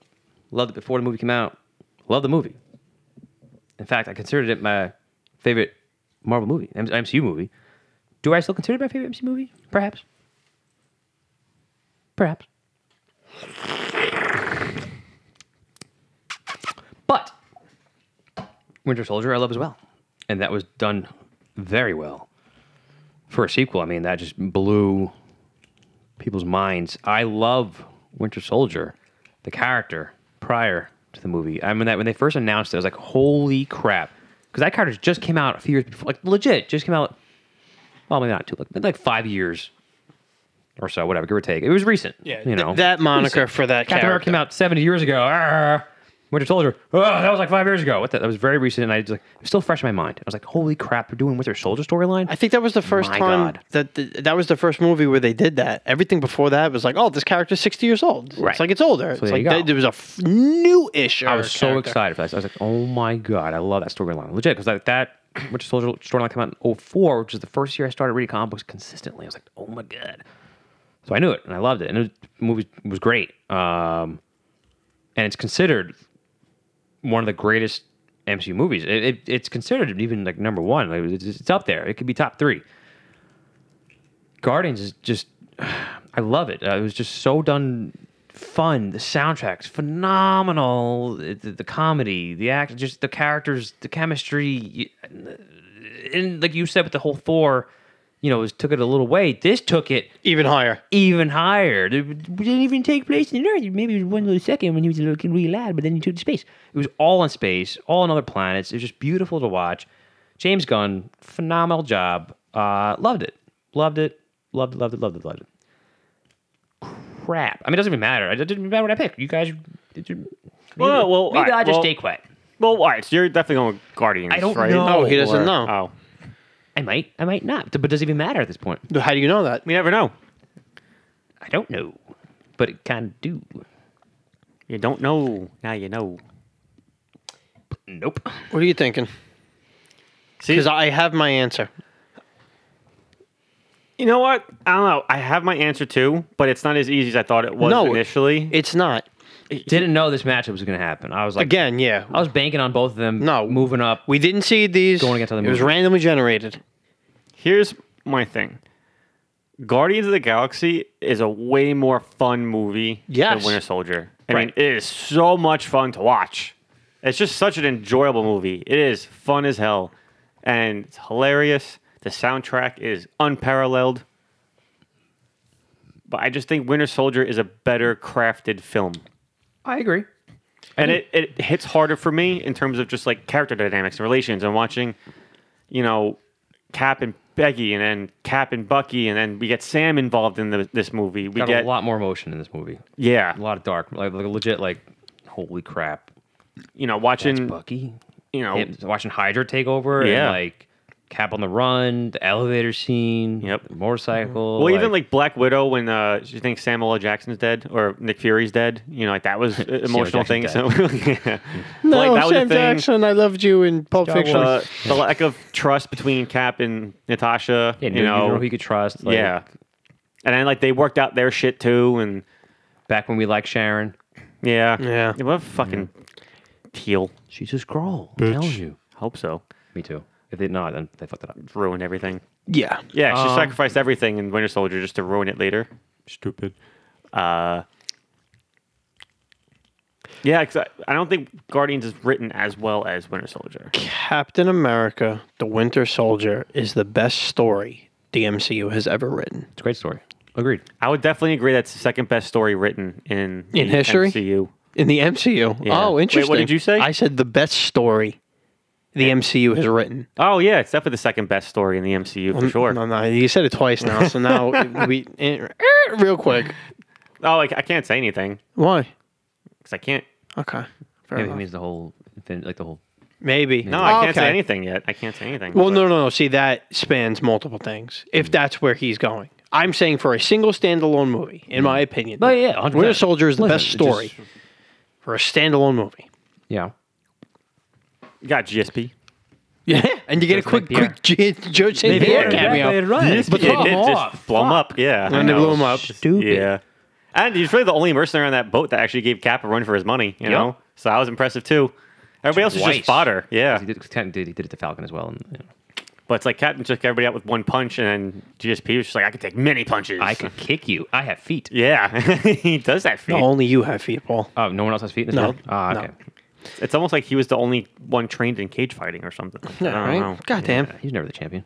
S3: Loved it before the movie came out. Love the movie. In fact, I considered it my favorite Marvel movie, M- MCU movie. Do I still consider it my favorite MCU movie? Perhaps. Perhaps. But Winter Soldier, I love as well. And that was done very well. For a sequel, I mean, that just blew people's minds. I love Winter Soldier, the character prior to the movie. I mean that when they first announced it, I was like, "Holy crap!" Because that character just came out a few years before, like legit, just came out. Well, maybe not too, like like five years or so, whatever, give or take. It was recent. Yeah, you know
S1: that moniker for that
S3: Captain
S1: character.
S3: America came out 70 years ago. Arr, Winter Soldier. Oh, that was like five years ago. What the, that was very recent, and I just like it was still fresh in my mind. I was like, "Holy crap, they're doing Winter Soldier storyline."
S1: I think that was the first
S3: My
S1: time
S3: God.
S1: that th- that was the first movie where they did that. Everything before that was like, oh, this character's sixty years old.
S3: Right.
S1: It's like it's older.
S3: there
S1: it's
S3: you
S1: like
S3: go.
S1: th- there was a f- new-ish.
S3: I was so excited for that. I was like, oh my God, I love that storyline. Legit, because like that Winter Soldier storyline came out in 04, which is the first year I started reading comic books consistently. I was like, oh my God. So I knew it and I loved it. And it, the movie was great. Um, and it's considered one of the greatest MCU movies. It, it, it's considered even like number one. Like, it's, it's up there. It could be top three. Guardians is just, I love it. Uh, it was just so done fun. The soundtrack's phenomenal. The, the- the comedy, the act, just the characters, the chemistry. y- And like you said with the whole Thor, you know, it was, took it a little way. This took it
S1: Even higher.
S3: even higher. It didn't even take place in Earth. Maybe it was one little second when he was a little kid, really lad, but then he took to space. It was all in space, all on other planets. It was just beautiful to watch. James Gunn, phenomenal job. Uh, loved it. Loved it. Loved it. Loved it. Loved it. Loved it. Crap. I mean, it doesn't even matter. It doesn't even matter what I pick. You guys. It, it,
S2: Well, well,
S3: maybe
S2: all
S3: I
S2: right,
S3: just
S2: well-
S3: stay quiet.
S2: Well, all right. So you're definitely going with Guardians.
S3: I don't
S2: right?
S3: know.
S1: Oh, he doesn't
S3: or-
S1: know.
S2: Oh,
S3: I might. I might not. But does it even matter at this point?
S1: How do you know that?
S2: we never know.
S3: I don't know. But it kind of do.
S2: You don't know. Now you know.
S3: Nope.
S1: What are you thinking?
S2: See,
S1: Because I have my answer.
S2: you know what? I don't know. I have my answer too, but it's not as easy as I thought it was
S1: No.
S2: initially.
S1: It's not.
S3: Didn't know this matchup was going to happen. I was like,
S1: Again, yeah.
S3: I was banking on both of them.
S1: No.
S3: moving up.
S1: We didn't see these.
S3: Going against other
S1: it was
S3: movies.
S1: randomly generated.
S2: Here's my thing. Guardians of the Galaxy is a way more fun movie
S1: Yes.
S2: than Winter Soldier. I mean,
S3: Right.
S2: it is so much fun to watch. It's just such an enjoyable movie. It is fun as hell. And it's hilarious. The soundtrack is unparalleled. But I just think Winter Soldier is a better crafted film.
S3: I agree.
S2: And it, it hits harder for me in terms of just like character dynamics and relations and watching, you know, Cap and Peggy and then Cap and Bucky and then we get Sam involved in the, this movie. We
S3: Got
S2: get
S3: a lot more emotion in this movie.
S2: yeah,
S3: A lot of dark, like, like legit, like holy crap,
S2: you know, watching
S3: Bucky.
S2: you know,
S3: Him- watching Hydra take over
S2: Yeah.
S3: and like Cap on the run, the elevator scene.
S2: Yep.
S3: motorcycle.
S2: well, even like Black Widow when uh, you think Samuel L. Jackson's dead or Nick Fury's dead, you know, like that was an emotional
S3: Jackson's
S2: thing.
S3: dead.
S2: So yeah.
S1: No,
S2: like, that was a
S1: Sam
S2: thing.
S1: Jackson, I loved you in Pulp
S3: Star
S1: Fiction.
S3: Wars.
S2: Uh, the lack of trust between Cap and Natasha,
S3: yeah,
S2: you know,
S3: who you could trust. Like,
S2: yeah, and then like they worked out their shit too, and
S3: back when we liked Sharon,
S2: Yeah.
S1: Yeah.
S2: What a fucking teal.
S3: she's a scroll. I'm telling you.
S2: Hope so.
S3: Me too. If they not, then they fucked it up.
S2: Ruin everything.
S1: yeah.
S2: Yeah, she
S1: Um,
S2: sacrificed everything in Winter Soldier just to ruin it later. Stupid. Uh, yeah, because I, I don't think Guardians is written as well as Winter Soldier.
S1: Captain America: The Winter Soldier is the best story the MCU has ever written.
S3: It's a great story. Agreed.
S2: I would definitely agree that's the second best story written in the
S1: In history?
S2: MCU.
S1: In the MCU.
S2: Yeah. Wait,
S1: Oh,
S2: what
S1: interesting.
S2: did you say?
S1: I said the best story the MCU has written.
S2: Oh yeah, it's definitely the second best story in the MCU for sure.
S1: No, no, you said it twice now, so now we eh, real quick.
S2: Oh, like I can't say anything
S1: Why?
S2: because I can't.
S1: Okay. Fair
S3: Maybe he
S1: enough.
S3: means the whole, infin- like the whole.
S1: Maybe.
S2: No, I can't
S1: Oh, Okay.
S2: say anything yet. I can't say anything.
S1: Well,
S2: but-
S1: no, no, no. See, that spans multiple things.
S2: Mm.
S1: If that's where he's going, I'm saying for a single standalone movie, in
S2: Mm.
S1: my opinion.
S3: Oh, yeah, 100%.
S1: Winter Soldier is the
S3: Listen,
S1: best
S3: it
S1: story
S3: just-
S1: for a standalone movie.
S3: Yeah.
S2: You got GSP.
S1: Yeah, and you get a quick,
S3: Pierre.
S1: quick G- Joe St.
S2: Pierre,
S1: Pierre cameo.
S3: exactly right.
S1: Yes,
S3: But
S1: but
S2: It
S3: Blow
S2: did
S3: him
S2: just
S3: off.
S2: blow him up. Yeah, I
S1: And they
S2: know.
S1: blew him up.
S3: Stupid.
S2: Yeah, and he's really the only mercenary on that boat that actually gave Cap a run for his money. You know, so that was impressive too. Everybody else is
S3: Twice.
S2: just fodder. Yeah,
S3: He did, technically, he did it to Falcon as well. And, you know,
S2: but it's like Cap took everybody out with one punch, and then GSP was just like, I could take many punches.
S3: I could kick you. I have feet.
S2: Yeah, he does that. Feat.
S1: No, only you have feet, Paul.
S3: Oh, no one else has feet in this
S1: No.
S3: world? Ah,
S1: No.
S3: okay.
S2: It's almost like he was the only one trained in cage fighting or something. I don't
S1: right?
S2: know.
S1: God damn.
S3: Yeah, he's never the champion.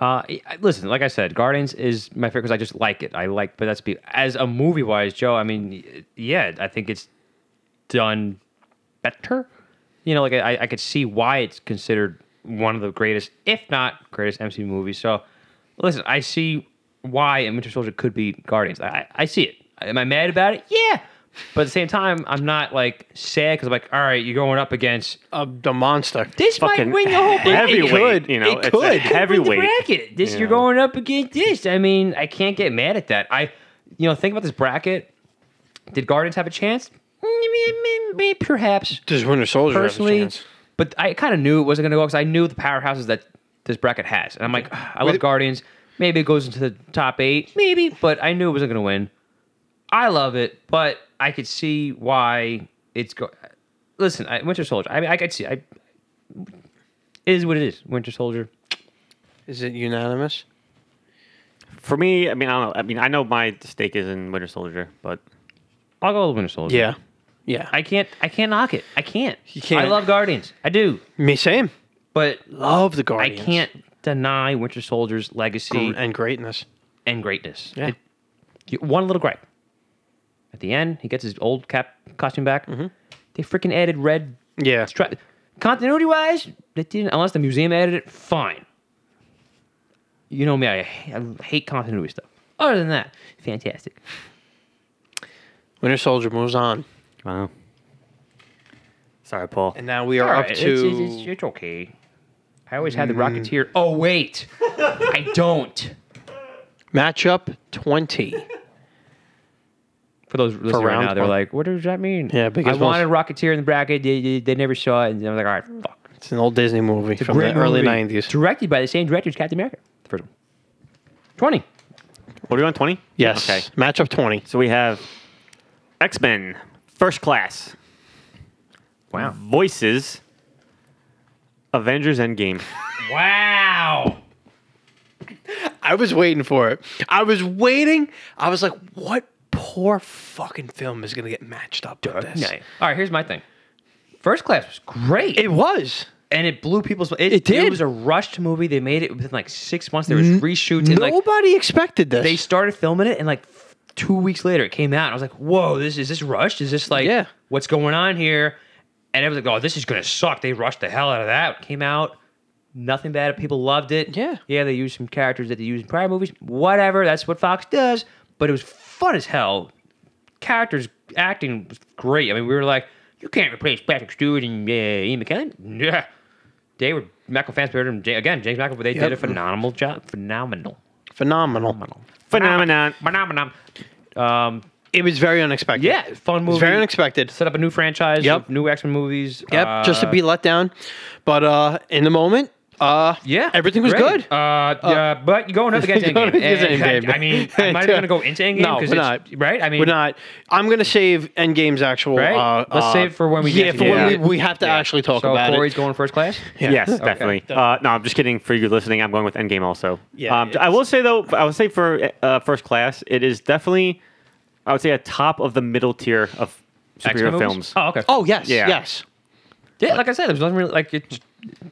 S3: Uh, I- I- listen, like I said, Guardians is my favorite because I just like it. I like, but that's be as a movie wise, Joe. I mean, y- yeah, I think it's done better. You know, like I, I could see why it's considered one of the greatest, if not greatest, MCU movies. So, listen, I see why a Winter Soldier could be Guardians. I, I, I see it. Am I mad about it? Yeah, but at the same time, I'm not like sad because I'm like, all right, you're going up against
S1: Uh, the monster.
S3: this
S2: Fucking
S3: might win the whole bracket.
S2: heavyweight,
S1: could.
S2: you know,
S1: It
S2: it's a
S1: could. It could
S3: With the
S2: heavyweight.
S3: bracket. This you're going up against this. I mean, I can't get mad at that. I, you know, think about this bracket. Did Guardians have a chance? Mm, mm, mm, Perhaps
S1: Does Winter Soldier have a
S3: personally,
S1: chance?
S3: but I kind of knew it wasn't going to go because I knew the powerhouses that this bracket has, and I'm like, "Ugh, I love Guardians. Maybe it goes into the top eight, maybe, but I knew it wasn't going to win. I love it, but I could see why it's go. Listen, I, Winter Soldier. I mean, I could see. I it is what it is. Winter Soldier.
S1: Is it unanimous?
S2: For me, I mean, I don't know. I mean, I know my stake is in Winter Soldier, but
S3: I'll go with Winter Soldier.
S1: Yeah. Yeah.
S3: I can't. I can't knock it. I can't. You
S1: can't.
S3: I love Guardians. I do,
S1: Me, same.
S3: but
S1: Love the
S3: I
S1: Guardians.
S3: can't deny Winter Soldier's legacy
S1: And greatness.
S3: and greatness.
S1: Yeah.
S3: It- you- one little gripe. At the end, he gets his old cap costume back.
S1: Mm-hmm.
S3: They freaking added red.
S1: Yeah.
S3: Stri- Continuity wise, they didn't. Unless the museum added it, fine. You know me. I, I hate continuity stuff. Other than that, fantastic.
S1: Winter Soldier moves on.
S2: wow. Sorry, Paul.
S1: And now we are
S3: All
S1: up
S3: right,
S1: to. Hmm.
S3: It's, it's, it's, it's okay. I always had the Rocketeer. Oh wait, I don't.
S1: Matchup 20.
S3: For those listening right
S1: round
S3: now, they're
S1: one.
S3: like, "What does that mean?"
S1: Yeah, because
S3: I
S1: most-
S3: wanted Rocketeer in the bracket. They, they, they never saw it, and I was like, "All right, fuck."
S1: It's an old Disney movie from
S3: Great
S1: the early
S3: movie.
S1: 90s.
S3: Directed by the same director as Captain America. The first one. 20.
S2: What are we on, 20?
S1: Yes.
S2: Okay.
S1: Matchup 20.
S2: So we have X Men, First Class,
S3: Wow.
S2: Voices, Avengers Endgame.
S3: Wow.
S1: I was waiting for it. I was waiting. I was like, what poor fucking film is going to get matched up with this?
S3: All right, here's my thing. First Class was great.
S1: It was.
S3: and it blew people's It,
S1: did.
S3: It was a rushed movie. They made it within like six months. There was reshoots. And like,
S1: Nobody expected this.
S3: they started filming it and like f- two weeks later it came out and I was like, whoa, this is this rushed? Is this like
S1: Yeah.
S3: what's going on here? And I was like, oh, this is gonna suck. They rushed the hell out of that. It came out, nothing bad. People loved it.
S1: Yeah.
S3: Yeah, they used some characters that they used in prior movies. Whatever, that's what Fox does. But it was fun as hell. Characters acting was great. I mean, we were like, you can't replace Patrick Stewart and uh, Ian McKellen. Yeah. They were Michael fans better than Ja- again James McAvoy. They did a phenomenal job. Phenomenal.
S1: Phenomenal.
S2: Phenomenon.
S3: Phenomenon. Um,
S1: It was very unexpected.
S3: yeah, fun
S1: It
S3: movie.
S1: was very unexpected.
S3: Set up a new franchise.
S1: Yep.
S3: of New X Men movies.
S1: Yep.
S3: Uh,
S1: just to be let down. But uh, in the moment, uh,
S3: Yeah.
S1: everything was
S3: great.
S1: good.
S3: Uh, yeah, but you're going up against
S1: Going
S3: Endgame.
S1: against
S3: And
S1: Endgame.
S3: I mean, I'm not even going to go into Endgame.
S1: No,
S3: 'cause
S1: we're
S3: it's-
S1: not.
S3: Right? I mean,
S1: we're not. I'm gonna save Endgame's actual.
S3: Right?
S1: Uh,
S3: Let's
S1: uh,
S3: save it for when we
S1: yeah,
S3: get
S1: for
S3: to
S1: when
S2: it.
S1: we, we have to actually talk
S3: so
S1: about
S3: Corey's
S1: it.
S3: going first class?
S1: Yeah.
S2: Yes, definitely. Uh, no, I'm just kidding. For you listening, I'm going with Endgame also.
S1: Yeah,
S2: Um, I will say though, I would say for uh, First Class, it is definitely, I would say, a top of the middle tier of
S3: X-Men
S2: superhero
S3: movies?
S2: films.
S3: Oh, okay.
S1: Oh yes,
S2: Yeah.
S1: yes.
S3: yeah, like I said, it was nothing really like it,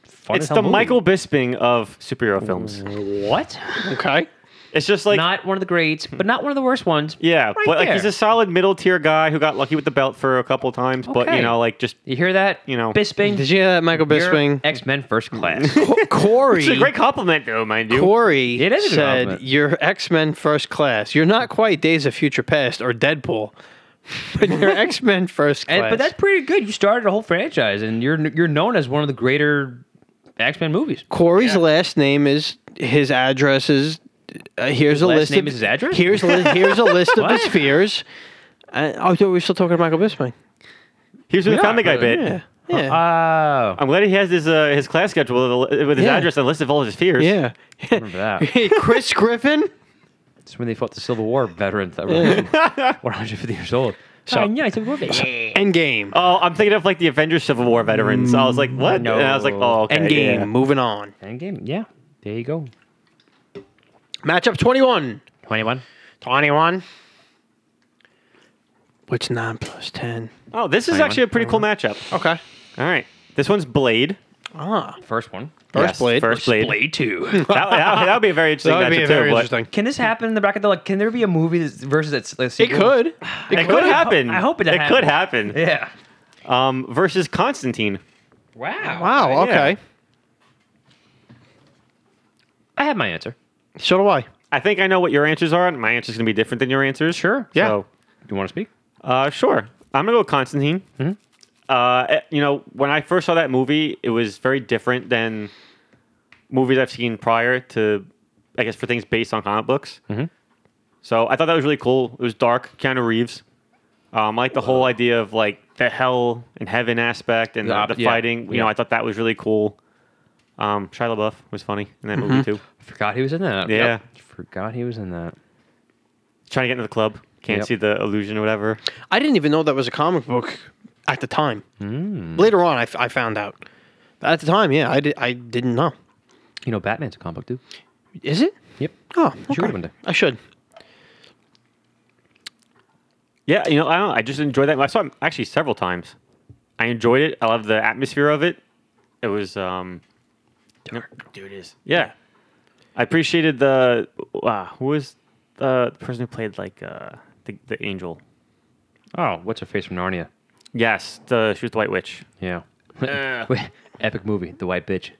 S3: fun
S2: it's
S3: as hell
S2: the
S3: movie.
S2: Michael Bisping of superhero films.
S3: What?
S1: Okay.
S2: It's just like
S3: not one of the greats, but not one of the worst ones.
S2: yeah,
S3: Right
S2: but like he's
S3: there.
S2: a solid middle tier guy who got lucky with the belt for a couple times. But
S3: Okay.
S2: you know, like just
S3: You hear that?
S2: You know.
S3: Bisping.
S1: Did you hear that, Michael Bisping?
S3: X Men First Class.
S1: Co- Corey.
S2: it's a great compliment though, mind you.
S1: Corey
S3: It is a good
S1: said,
S3: compliment.
S1: "You're X Men First Class. You're not quite Days of Future Past or Deadpool, but you're X Men First Class."
S3: and, but that's pretty good. You started a whole franchise, and you're you're known as one of the greater X Men movies.
S1: Corey's last name is his address is. Uh, here's a
S3: last
S1: list
S3: name
S1: of
S3: is his address?
S1: Here's li- here's a list of his
S3: What?
S1: fears. Uh, oh, so we're still talking to Michael Bisping.
S2: Here's the
S3: Yeah,
S2: Family Guy bit.
S1: Yeah,
S3: Uh,
S1: yeah,
S3: Oh,
S2: I'm glad he has his uh, his class schedule with, with his
S1: Yeah.
S2: address and list of all his fears.
S1: yeah.
S3: remember that?
S1: Hey, Chris Griffin.
S3: It's when they fought the Civil War veterans that were 150 years old. So yeah, it's a movie.
S1: Endgame.
S2: Oh, I'm thinking of like the Avengers Civil War veterans. I was like, what?
S3: no.
S2: And I was like, oh, okay.
S1: Mm, Endgame.
S2: yeah.
S1: Moving on.
S3: Endgame. Yeah, there you go.
S1: Matchup 21.
S3: 21.
S1: 21. Which 9 plus 10?
S2: Oh, this is actually a pretty cool matchup.
S1: Okay.
S2: All right. This one's Blade.
S1: Ah.
S3: First one.
S1: First
S2: Yes,
S1: Blade.
S2: First Blade.
S3: two.
S2: that, that, that would be a very interesting
S1: That would
S2: matchup
S1: be
S2: too.
S1: very
S2: but
S1: interesting.
S3: Can this happen in the bracket? Though, like, can there be a movie that's versus that's like,
S1: It could. It,
S2: It could happen.
S3: I hope it
S2: It could happen.
S3: Yeah.
S2: Um, versus Constantine.
S3: Wow.
S1: Wow.
S2: Yeah.
S1: Okay.
S3: I have my answer.
S1: So do I.
S2: I think I know what your answers are, and my answer's gonna be different than your answers.
S3: Sure.
S1: Yeah.
S2: So,
S3: You want to speak?
S2: uh, sure. I'm gonna go with Constantine.
S3: Mm-hmm.
S2: Uh, eh, you know, when I first saw that movie, it was very different than movies I've seen prior to, I guess, for things based on comic books.
S3: Mm-hmm.
S2: So I thought that was really cool. It was dark, Keanu Reeves. Um, I like the whole idea of like the hell and heaven aspect and
S3: The
S2: the,
S3: op-
S2: the
S3: yeah.
S2: fighting. You know,
S3: Yeah.
S2: I thought that was really cool. Um, Shia LaBeouf was funny in
S3: Mm-hmm.
S2: that movie too.
S3: Forgot he was in that.
S2: Yeah.
S3: Yep. Forgot he was in that.
S2: Trying to get into the club, can't
S3: Yep.
S2: see the illusion or whatever.
S1: I didn't even know that was a comic book at the time.
S2: Hmm.
S1: Later on, I, f- I found out. At the time, yeah, I, di- I didn't know.
S3: You know, Batman's a comic book dude.
S1: Is it?
S3: Yep.
S1: Oh,
S3: You should read
S1: okay.
S3: one day.
S1: I should.
S2: Yeah, you know, I don't know. I just enjoyed that. I saw it actually several times. I enjoyed it. I love the atmosphere of it. It was um dark. dude is. Yeah. I appreciated the uh, who was the, the person who played like uh the, the angel.
S3: Oh, what's her face from Narnia?
S2: Yes, the she was the White Witch.
S3: Yeah.
S2: Uh.
S3: Epic movie, The White Bitch.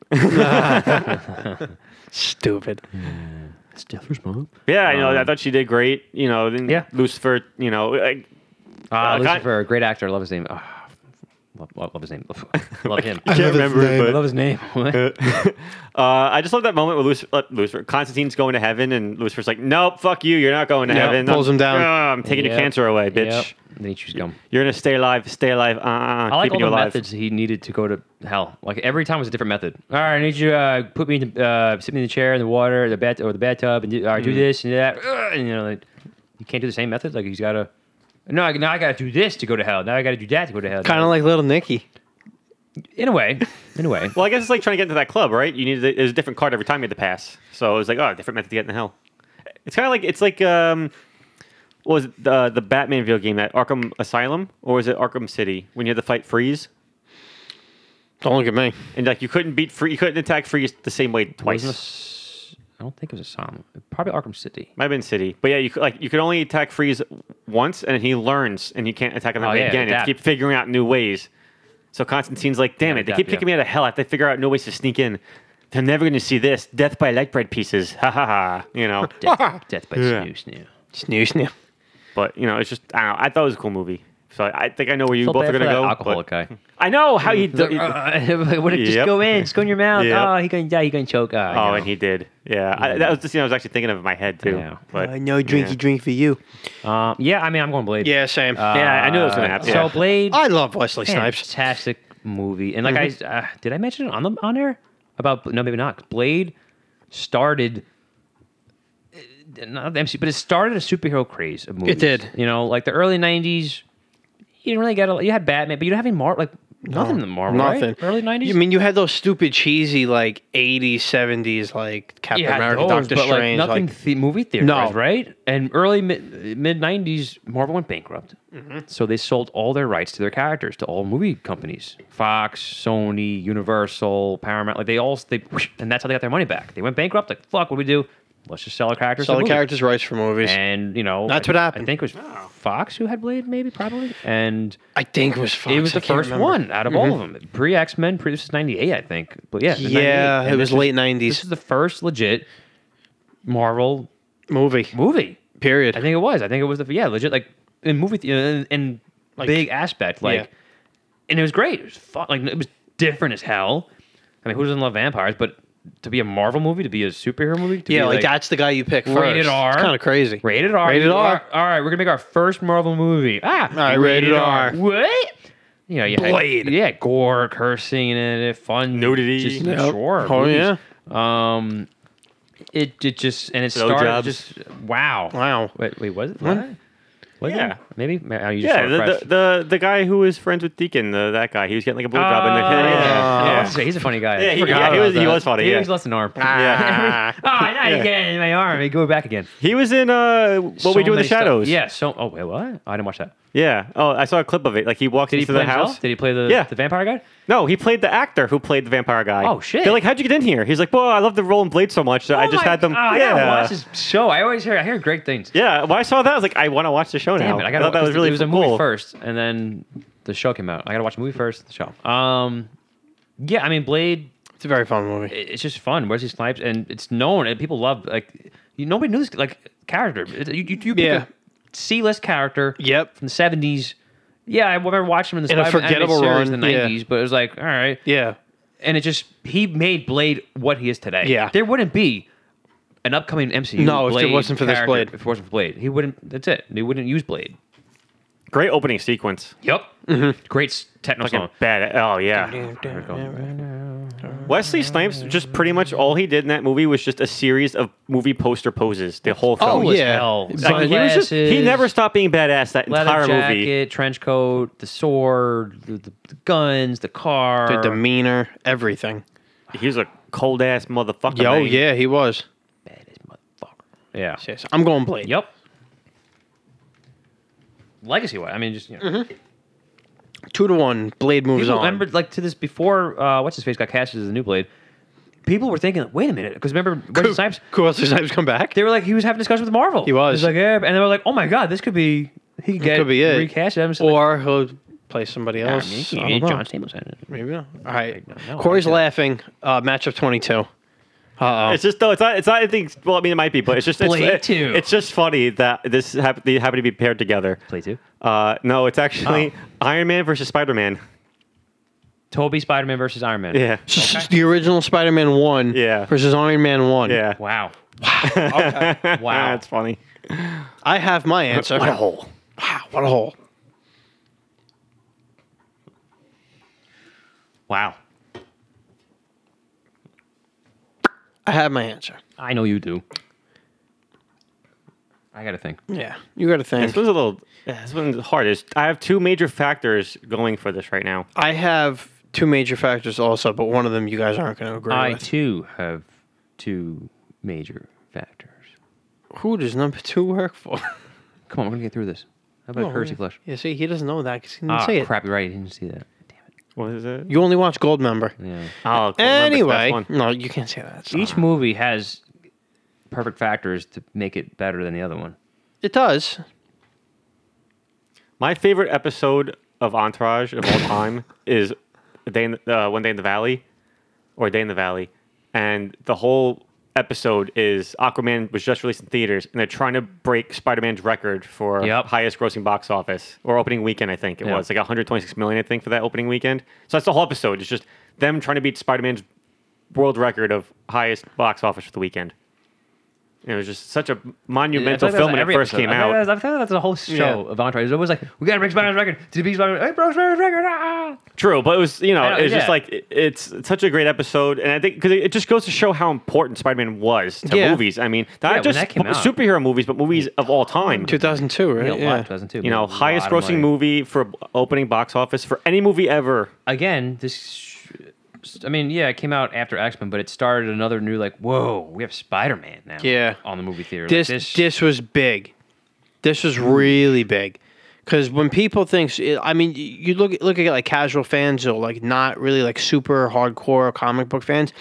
S1: Stupid.
S2: Hmm.
S3: Stifler's mom.
S2: Yeah, I know. I thought she did great. You know, then
S3: Um, Yeah.
S2: Lucifer. You know, like,
S3: Ah,
S2: Uh, Con-
S3: Lucifer, a great actor. Love his name. Ah, love, love, love his name. Love him.
S2: I can't remember.
S3: I
S2: it,
S3: love his name.
S2: But uh, I just love that moment where Lucifer, uh, Lucifer, Constantine's going to heaven, and Lucifer's like, "Nope, fuck you. You're not going to
S1: Yeah,
S2: heaven."
S1: pulls
S2: I'm,
S1: him down.
S2: "Ah, I'm taking your
S3: Yep.
S2: cancer away, bitch.
S3: Yep. Then he chews gum.
S2: You're gonna stay alive. Stay alive. Uh, uh,
S3: I like all
S2: keeping
S3: the
S2: you alive.
S3: methods he needed to go to hell. Like every time was a different method. All right, I need you to uh, put me in the, uh, sit me in the chair, in the water, the bat or the bathtub, and do, all right,
S2: Mm-hmm.
S3: do this and do that. Ugh, And, you know, like, you can't do the same method. Like he's got to. No, I, now I got to do this to go to hell. Now I got to do that to go to hell.
S1: Kind of like Little Nicky.
S3: in a way, in a way.
S2: Well, I guess it's like trying to get into that club, right? You need there's a different card every time you had to pass. So it was like, oh, different method to get into hell. It's kind of like it's like um, what was it, the the Batman video game that Arkham Asylum or was it Arkham City when you had to fight Freeze
S1: Don't look at me.
S2: and like you couldn't beat Free, you couldn't attack Freeze the same way twice.
S3: Wasn't this- I don't think it was a psalm. Probably Arkham City.
S2: Might have been City, but yeah, you could, like you could only attack Freeze once, and he learns, and you can't attack him
S3: Oh, yeah,
S2: again. You have
S3: adapt.
S2: to keep figuring out new ways. So Constantine's like, "Damn it! They keep
S3: adapt, yeah.
S2: kicking me out of hell. I have to figure out new ways to sneak in. They're never going to see this death by light bread pieces. Ha ha ha! You know,
S3: Death, death by
S2: Yeah.
S3: snoo snoo.
S1: Snoo snoo.
S2: but you know, it's just I don't know. I thought it was a cool movie, so I think I know where you
S3: Felt
S2: both
S3: bad
S2: are
S3: for
S2: going to
S3: that
S2: go.
S3: Alcoholic
S2: but-
S3: guy.
S2: I know how he.
S3: The-
S2: d-
S3: uh, what if- just
S2: Yep.
S3: go in, just go in your mouth.
S2: Yep.
S3: Oh, he gonna die. He gonna choke. Oh,
S2: oh, and he did. Yeah, I, that was the scene I was actually thinking of in my head too.
S3: Yeah.
S2: But
S1: no drinky drink for you.
S3: um, yeah. I mean, I'm going Blade.
S1: Yeah, same.
S2: yeah, I knew that was going
S3: Uh,
S2: to happen.
S3: So
S2: Yeah.
S3: Blade,
S1: I love Wesley Snipes.
S3: fantastic movie. And like
S1: Mm-hmm.
S3: I uh, did, I mention it on the on air about no, maybe not. Blade started uh, not the MC, but it started a superhero craze of movies.
S1: did.
S3: You know, like the early '90s. You didn't really get a, you had Batman, but you don't have any Marvel. Like Oh, Nothing in the Marvel. right?
S1: Nothing.
S3: Early nineties.
S1: I mean, you had those stupid cheesy like 80s, 70s like Captain America, Doctor
S3: but
S1: Strange.
S3: like nothing
S1: like-
S3: the- movie theaters,
S1: No.
S3: right? And early mid nineties, Marvel went bankrupt,
S1: Mm-hmm.
S3: so they sold all their rights to their characters to all movie companies: Fox, Sony, Universal, Paramount. Like they all they, and that's how they got their money back. They went bankrupt. Like fuck, what do we do? Let's just sell our characters.
S1: sell
S3: to
S1: the
S3: movies.
S1: characters' rights for movies.
S3: And you know
S1: That's
S3: I-
S1: what happened.
S3: I think it was Fox who had Blade, maybe probably, and
S1: I think it was Fox.
S3: it was
S1: I
S3: the
S1: can't
S3: first
S1: remember. Mm-hmm.
S3: one out of all of them. Pre X Men, pre this is ninety eight, I think. But yeah,
S1: Yeah,
S3: 98.
S1: it
S3: And
S1: was
S3: this is-
S1: late 90s
S3: This is the first legit Marvel
S1: movie.
S3: movie.
S1: Period.
S3: I think it was. I think it was the yeah legit like in movie the- in, in
S1: Like-
S3: big aspect like,
S1: Yeah.
S3: and it was great. It was fun. Like it was different as hell. I mean, who doesn't love vampires? But to be a Marvel movie, to be a superhero movie, to
S1: yeah,
S3: be,
S1: like, that's the guy you pick first.
S3: Rated R.
S1: It's kind of crazy.
S3: Rated R.
S1: Rated
S3: you
S1: R.
S3: are- All right, we're gonna make our first Marvel movie. Ah, all
S1: right, rated R.
S3: What? You know, you had-
S1: Blade.
S3: yeah, gore, cursing in it, fun,
S2: Nudity.
S3: Just,
S2: Yep.
S3: Sure.
S1: Oh,
S3: movies. Um, it it just and it
S2: Blowjobs.
S3: started just wow.
S1: Wow.
S3: Wait, wait, was it? What? Was
S2: Yeah.
S3: it? Maybe. Oh, you just
S2: Yeah,
S3: saw it
S2: the,
S3: fresh.
S2: the, the the guy who was friends with Deacon, the, that guy, he was getting like a blowjob job in the
S3: Oh,
S2: yeah,
S3: yeah.
S2: yeah.
S3: He's a- He's a funny guy. I
S2: Yeah, he-
S3: forgot
S2: yeah, he
S3: about
S2: was- he
S3: that.
S2: was funny,
S3: He
S2: yeah.
S3: was lost an arm.
S2: Yeah.
S3: Ah, now you get it in my arm. He go back again.
S2: he was in uh, What
S3: So
S2: We Do in the
S3: many stuff-
S2: Shadows.
S3: Yeah. So, oh wait, what? I didn't watch that.
S2: yeah. Oh, I saw a clip of it. Like he walked
S3: Did he
S2: into
S3: play
S2: the
S3: himself?
S2: house.
S3: Did he play the
S2: Yeah.
S3: the vampire guy?
S2: No, he played the actor who played the vampire guy.
S3: Oh, shit.
S2: They're like, how'd you get in here? He's like, well, I love the role in Blade so much that I
S3: Oh
S2: just
S3: my-
S2: had them.
S3: Oh, I gotta watch this show. I always hear I hear great things.
S2: Yeah, when I saw that, I was like, I want to watch the show
S3: Damn
S2: now.
S3: it! I gotta.
S2: thought that was really
S3: It was a
S2: cool.
S3: movie first, and then the show came out. I gotta watch the movie first, the show. Um, yeah. I mean, Blade.
S1: It's a very fun movie.
S3: it- It's just fun. Wesley Snipes, and it's known, and people love. Like you, nobody knew this like character. It- You, you, you pick
S1: Yeah.
S3: a C-list character.
S1: Yep.
S3: From the seventies. Yeah, I remember watching him in the
S1: In a
S3: Spider-Man animated
S1: forgettable
S3: series in the
S1: run, yeah.
S3: nineties, but it was like, all right,
S1: Yeah.
S3: and it just he made Blade what he is today.
S1: Yeah.
S3: there wouldn't be an upcoming MCU.
S1: No, if it
S3: Blade
S1: wasn't for this
S3: character
S1: Blade.
S3: if it wasn't for Blade, he wouldn't. That's it. They wouldn't use Blade.
S2: Great opening sequence.
S3: Yep, great s- techno
S2: Fucking
S3: song.
S2: bad. Oh yeah.
S3: Here we go.
S2: Wesley Snipes just pretty much all he did in that movie was just a series of movie poster poses. The whole film.
S1: Oh,
S3: Cool as
S1: yeah.
S3: hell.
S1: Like,
S2: Like, he was just he
S3: Sunglasses,
S2: never stopped being badass that
S3: leather
S2: entire
S3: jacket,
S2: movie.
S3: trench coat, the sword, the, the, the guns, the car.
S1: The demeanor, everything.
S2: He was a cold ass motherfucker.
S1: Yo,
S2: man.
S1: yeah, he was.
S3: Baddest motherfucker. Yeah.
S1: Yes, I'm going Blade.
S3: Yep. Legacy way. I mean, just you know.
S1: Two to one. Blade moves
S3: people
S1: on.
S3: remember like to this before uh, what's his face got casted as the new blade. People were thinking, wait a minute, because remember Wesley
S1: who,
S3: Snipes?
S1: who else does Snipes come back?
S3: They were like he was having discussions with Marvel. He
S1: was.
S3: like, yeah, and they were like, oh my god, this could be he could get
S1: could be it.
S3: recast. Adam Sandler.
S1: Or he'll play somebody
S3: I
S1: else.
S3: mean,
S1: I
S3: yeah,
S1: don't know.
S3: John Stamos. had it.
S1: Maybe not. All right.
S3: don't know.
S1: Corey's
S3: I don't-
S1: laughing. Uh, matchup 22. Uh oh.
S2: It's just though it's not it's not anything. Well, I mean it might be, but it's just it's,
S3: Blade
S2: it-
S3: two.
S2: it's just funny that this hap- they happen to be paired together.
S3: Play two.
S2: Uh, no, it's actually
S3: Oh.
S2: Iron Man versus Spider Man.
S3: Toby Spider Man versus Iron Man.
S2: Yeah,
S1: The original Spider Man 1
S2: Yeah.
S1: versus Iron Man 1.
S2: yeah.
S3: Wow.
S2: Ah,
S3: Wow.
S2: that's funny.
S1: I have my answer.
S2: What a hole.
S1: Wow, what a hole.
S3: wow.
S1: I have my answer.
S3: I know you do. I gotta think.
S1: Yeah. You got to
S2: This
S1: think.
S2: one's a little. This one's hard. There's- I have two major factors going for this right now.
S1: I have two major factors also, but one of them you guys aren't going to agree
S3: I
S1: with.
S3: too have two major factors.
S1: Who does number two work for?
S3: Come on, we're gonna get through this. How about currency flush?
S1: Oh, Yeah, see, he doesn't know that because he didn't
S3: Ah,
S1: say it.
S3: crap, you're right. I didn't see that. Damn
S2: What is it?
S1: You only watch Goldmember.
S3: it. Yeah.
S2: Oh,
S1: Anyway, no, you can't say that. It's
S3: Each movie has perfect factors to make it better than the other one.
S1: It does.
S2: my favorite episode of Entourage of all time is A Day in the, uh, One Day in the Valley, or Day in the Valley, and the whole episode is Aquaman was just released in theaters, and they're trying to break Spider-Man's record for
S3: Yep.
S2: highest grossing box office or opening weekend. I think it
S3: Yeah.
S2: was like 126 million, I think, for that opening weekend. So that's the whole episode. It's just them trying to beat Spider-Man's world record of highest box office for the weekend. It was just such a
S3: I feel
S2: monumental
S3: like that's
S2: film when
S3: every
S2: it first
S3: episode.
S2: came
S3: I feel like
S2: out.
S3: that's- I feel like that's the whole show
S2: Yeah.
S3: of Entourage. It's always like, we got to break Spider-Man's record. Did it beat Spider-Man? Hey, broke Spider-Man's record. Ah!
S2: True, but it was you know,
S3: I know,
S2: it was
S3: yeah.
S2: just like it- it's such a great episode, and I think because it, it just goes to show how important Spider-Man was to
S1: Yeah.
S2: movies. I mean,
S3: Yeah, when
S2: not just
S3: that came
S2: bu-
S3: out.
S2: superhero movies, but movies of all time.
S1: 2002,
S3: Yeah,
S1: right?
S3: a lot in 2002,
S2: You
S3: but a
S2: know,
S3: lot
S2: highest
S3: of money.
S2: grossing movie for b- opening box office for any movie ever.
S3: Again, this. I mean, yeah, it came out after X Men, but it started another new like, whoa, we have Spider Man now.
S1: Yeah.
S3: on the movie theater. Like,
S1: This, this was big. This was really big. Because when people think, I mean, you look look at like casual fans or like not really like super hardcore comic book fans,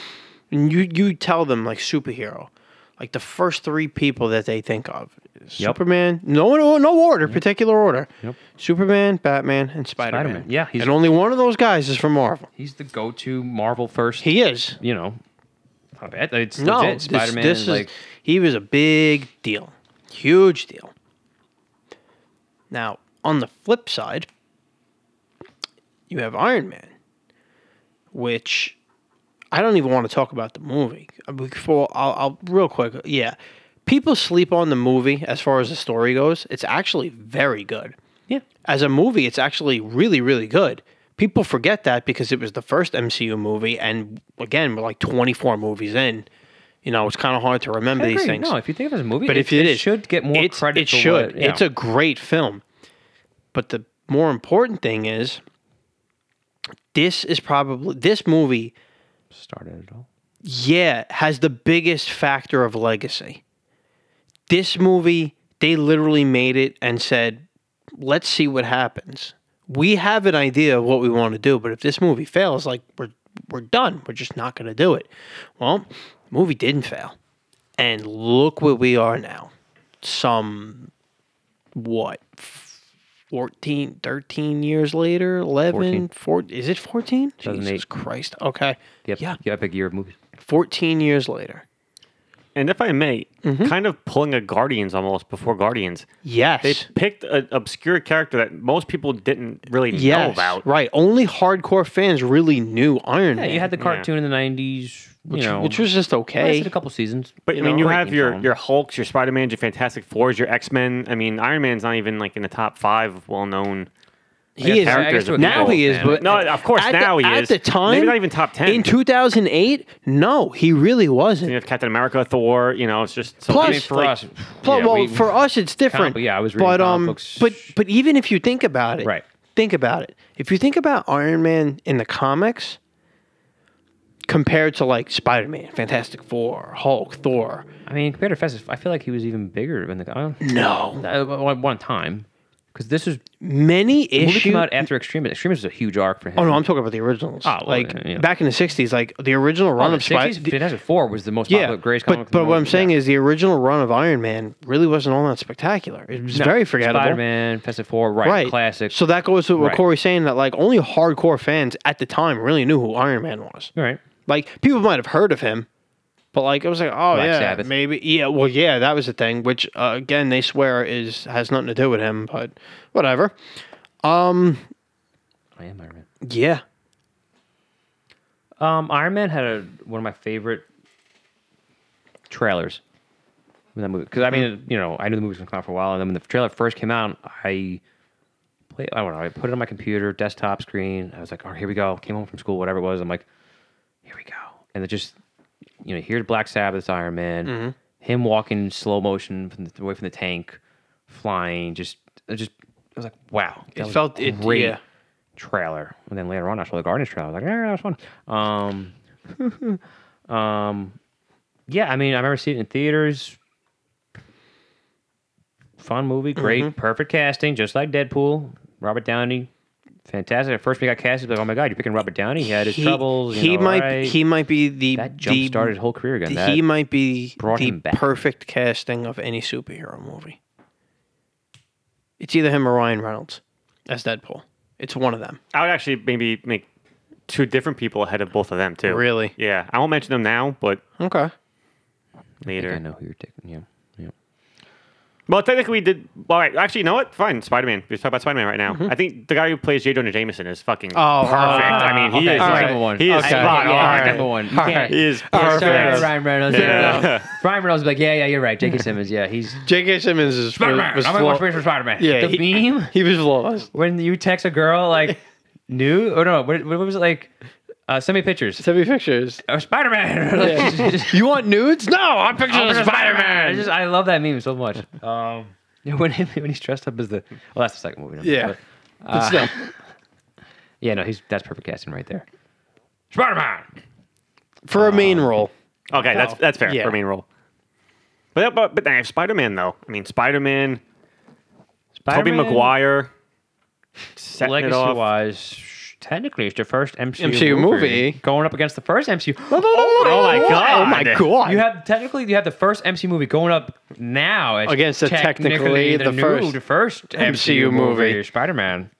S1: and you you tell them like superhero, like the first three people that they think of, is
S3: Yep.
S1: Superman, no no no order, particular order, Superman, Batman, and Spider Man.
S3: Spider-Man. Yeah, he's-
S1: and only one of those guys is from Marvel.
S3: he's the go to Marvel first.
S1: He is
S3: you know, not bad. It's
S1: no
S3: legit. Spider Man
S1: This,
S3: is
S1: this
S3: like
S1: is he was a big deal, huge deal. Now, on the flip side, you have Iron Man, which I don't even want to talk about the movie. Uh, Before I'll, I'll real quick, yeah. People sleep on the movie as far as the story goes. It's actually very good
S3: yeah.
S1: as a movie, it's actually really, really good. People forget that because it was the first MCU movie, and again, we're like 24 movies in. You know, it's kind of hard to remember these things.
S3: No, if you think of it as a movie,
S1: but
S3: it,
S1: if it is,
S3: should get more
S1: it's-
S3: credit.
S1: It
S3: for
S1: should.
S3: what- yeah.
S1: It's a great film. But the more important thing is, this is probably this movie.
S3: started it all.
S1: Yeah, has the biggest factor of legacy. This movie, they literally made it and said, let's see what happens. We have an idea of what we want to do, but if this movie fails, like we're we're done. We're just not going to do it. Well, movie didn't fail. And look where we are now. Some what? 14, 13 years later, 11,
S3: 14.
S1: 14, is it 14?
S3: 2008.
S1: Jesus Christ. Okay.
S3: Yep.
S1: Yeah.
S3: The epic year of movies.
S1: 14 years later.
S2: And if I may,
S3: Mm-hmm.
S2: kind of pulling a Guardians almost before Guardians.
S1: Yes.
S2: They picked an obscure character that most people didn't really know
S1: yes.
S2: about.
S1: Right. Only hardcore fans really knew Iron
S3: Yeah,
S1: Man.
S3: you had the cartoon in the nineties. You
S1: which,
S3: know,
S1: which was just okay.
S3: lasted a couple seasons.
S2: But I mean,
S3: know,
S2: you
S3: great
S2: have
S3: name for
S2: your
S3: 'em.
S2: your Hulks, your Spider Man, your Fantastic Fours, your X Men. I mean, Iron Man's not even like in the top five of well known.
S1: He is
S2: guess- I guess to a
S1: now
S2: control
S1: he is,
S3: fan.
S1: but
S2: No, of course,
S1: at
S2: now
S1: the,
S2: he
S1: at
S2: is.
S1: the time,
S2: Maybe not even top 10.
S1: in 2008. No, he really
S2: You
S1: wasn't.
S2: have Captain America, Thor. You know, it's just so
S1: Plus-
S2: I mean,
S3: for
S2: like,
S3: us,
S1: Well,
S3: yeah,
S1: well,
S3: we-
S1: for us, it's different.
S3: yeah, I was reading
S1: but
S3: comic
S1: um,
S3: books.
S1: but but even if you think about it,
S3: Right.
S1: Think about it. If you think about Iron Man in the comics, compared to like Spider Man, Fantastic Four, Hulk, Thor,
S3: I mean, compared to Festus, I feel like he was even bigger than the. I
S1: Hmm.
S3: don't-
S1: no,
S3: Uh, one one time because this was
S1: many
S3: the movie
S1: issues.
S3: came out after Extremis. Extremis was a huge arc for him.
S1: Oh no, I'm talking about the originals.
S3: Ah, well,
S1: like
S3: yeah, yeah.
S1: back in the '60s, like the original run
S3: the
S1: of Spider.
S3: 60s, Fantastic Four was the most
S1: Yeah,
S3: popular greatest comic.
S1: but but what I'm saying is the original run of Iron Man really wasn't all that spectacular. It was very forgettable.
S3: Spider Man, Fantastic Four, right,
S1: right?
S3: Classic.
S1: So that goes to what
S3: Right.
S1: Corey's saying that like only hardcore fans at the time really knew who Iron Man was.
S3: all right.
S1: Like people might have heard of him, but like it was like oh
S3: Black
S1: yeah
S3: Sabbath.
S1: maybe yeah well yeah that was the thing which uh, again they swear is has nothing to do with him but whatever
S3: I am Iron Man.
S1: yeah
S3: Um, Iron Man had a, one of my favorite trailers when that movie. Because I mean,
S1: Hmm.
S3: you know, I knew the movie was gonna come out for a while, and then when the trailer first came out, I play. I don't know. I put it on my computer, desktop screen. I was like, "All right, here we go." Came home from school, whatever it was. I'm like, "Here we go," and it just, you know, here's Black Sabbath's Iron Man,
S1: Mm-hmm.
S3: him walking in slow motion from the, away from the tank, flying. Just, it just, I was like, "Wow!" that
S1: It
S3: was
S1: felt- it-
S3: great
S1: yeah.
S3: trailer, and then later on, I saw the Guardians trailer. I was like, "Yeah, that was fun." Um, um, yeah, I mean, I remember seeing it in theaters. Fun movie, great, perfect casting, just like Deadpool. Robert Downey, fantastic. At first, we got casted, like, oh my god, you're picking Robert Downey. He had his
S1: he,
S3: troubles. you
S1: he
S3: know,
S1: might
S3: alright.
S1: he might be the
S3: that jump
S1: the
S3: started his whole career again. That,
S1: he might be
S3: brought
S1: the
S3: him back.
S1: perfect casting of any superhero movie. It's either him or Ryan Reynolds as Deadpool. It's one of them.
S2: I would actually maybe make two different people ahead of both of them too.
S1: Really?
S2: Yeah. I won't mention them now, but
S1: Okay.
S3: I
S2: later.
S3: know who you're taking. Yeah, yeah.
S2: Well, technically, we did. All right. Actually, you know what? Fine. Spider Man. Let's talk about Spider Man right now. I think the guy who plays J. Jonah Jameson is fucking
S1: Mm-hmm. Oh,
S2: perfect. I mean, he
S3: okay,
S2: is
S3: so
S2: like,
S3: number one.
S2: He is
S3: Okay,
S2: spot
S3: yeah,
S2: on.
S3: all right. number one. You can't-
S2: He is
S3: Yeah, sorry,
S2: perfect.
S3: Ryan Reynolds.
S2: Yeah.
S3: Yeah. Ryan Reynolds, like, yeah, yeah, you're right. J.K. Simmons, yeah, he's
S1: J.K. Simmons is
S3: Spider-Man.
S1: was
S3: I'm gonna watch
S1: flaw-
S3: Space for Spider-Man.
S1: Yeah,
S3: the
S1: he-
S3: meme
S1: He was lost.
S3: when you text a girl like new or no, what, what was it like? Uh, send me pictures.
S1: Send me pictures.
S3: Or Spider-Man. Like,
S1: Yeah.
S3: just- just-
S1: You want nudes? No, I'm pictures of
S3: I
S1: Spider-Man.
S3: just I love that meme so much. Um, yeah, when him, when he's dressed up as the well, that's the second movie. number,
S1: Yeah.
S3: but-
S1: But still.
S3: yeah, no, he's that's perfect casting right there. Spider-Man.
S1: for a main role.
S2: Okay, that's that's fair
S1: Yeah.
S2: for main role. But but but I have Spider Man though. I mean, Spider Man, Tobey
S3: Spider-Man,
S2: Maguire, setting it off.
S3: Legacy-wise, technically, it's the first MCU,
S1: MCU movie.
S3: going up against the first MCU.
S2: Oh my god!
S1: Oh my god!
S3: You have technically you have the first MCU movie going up now as
S1: Against the technically the
S3: new,
S1: first
S3: the first MCU,
S1: MCU
S3: movie,
S1: movie.
S3: Spider Man.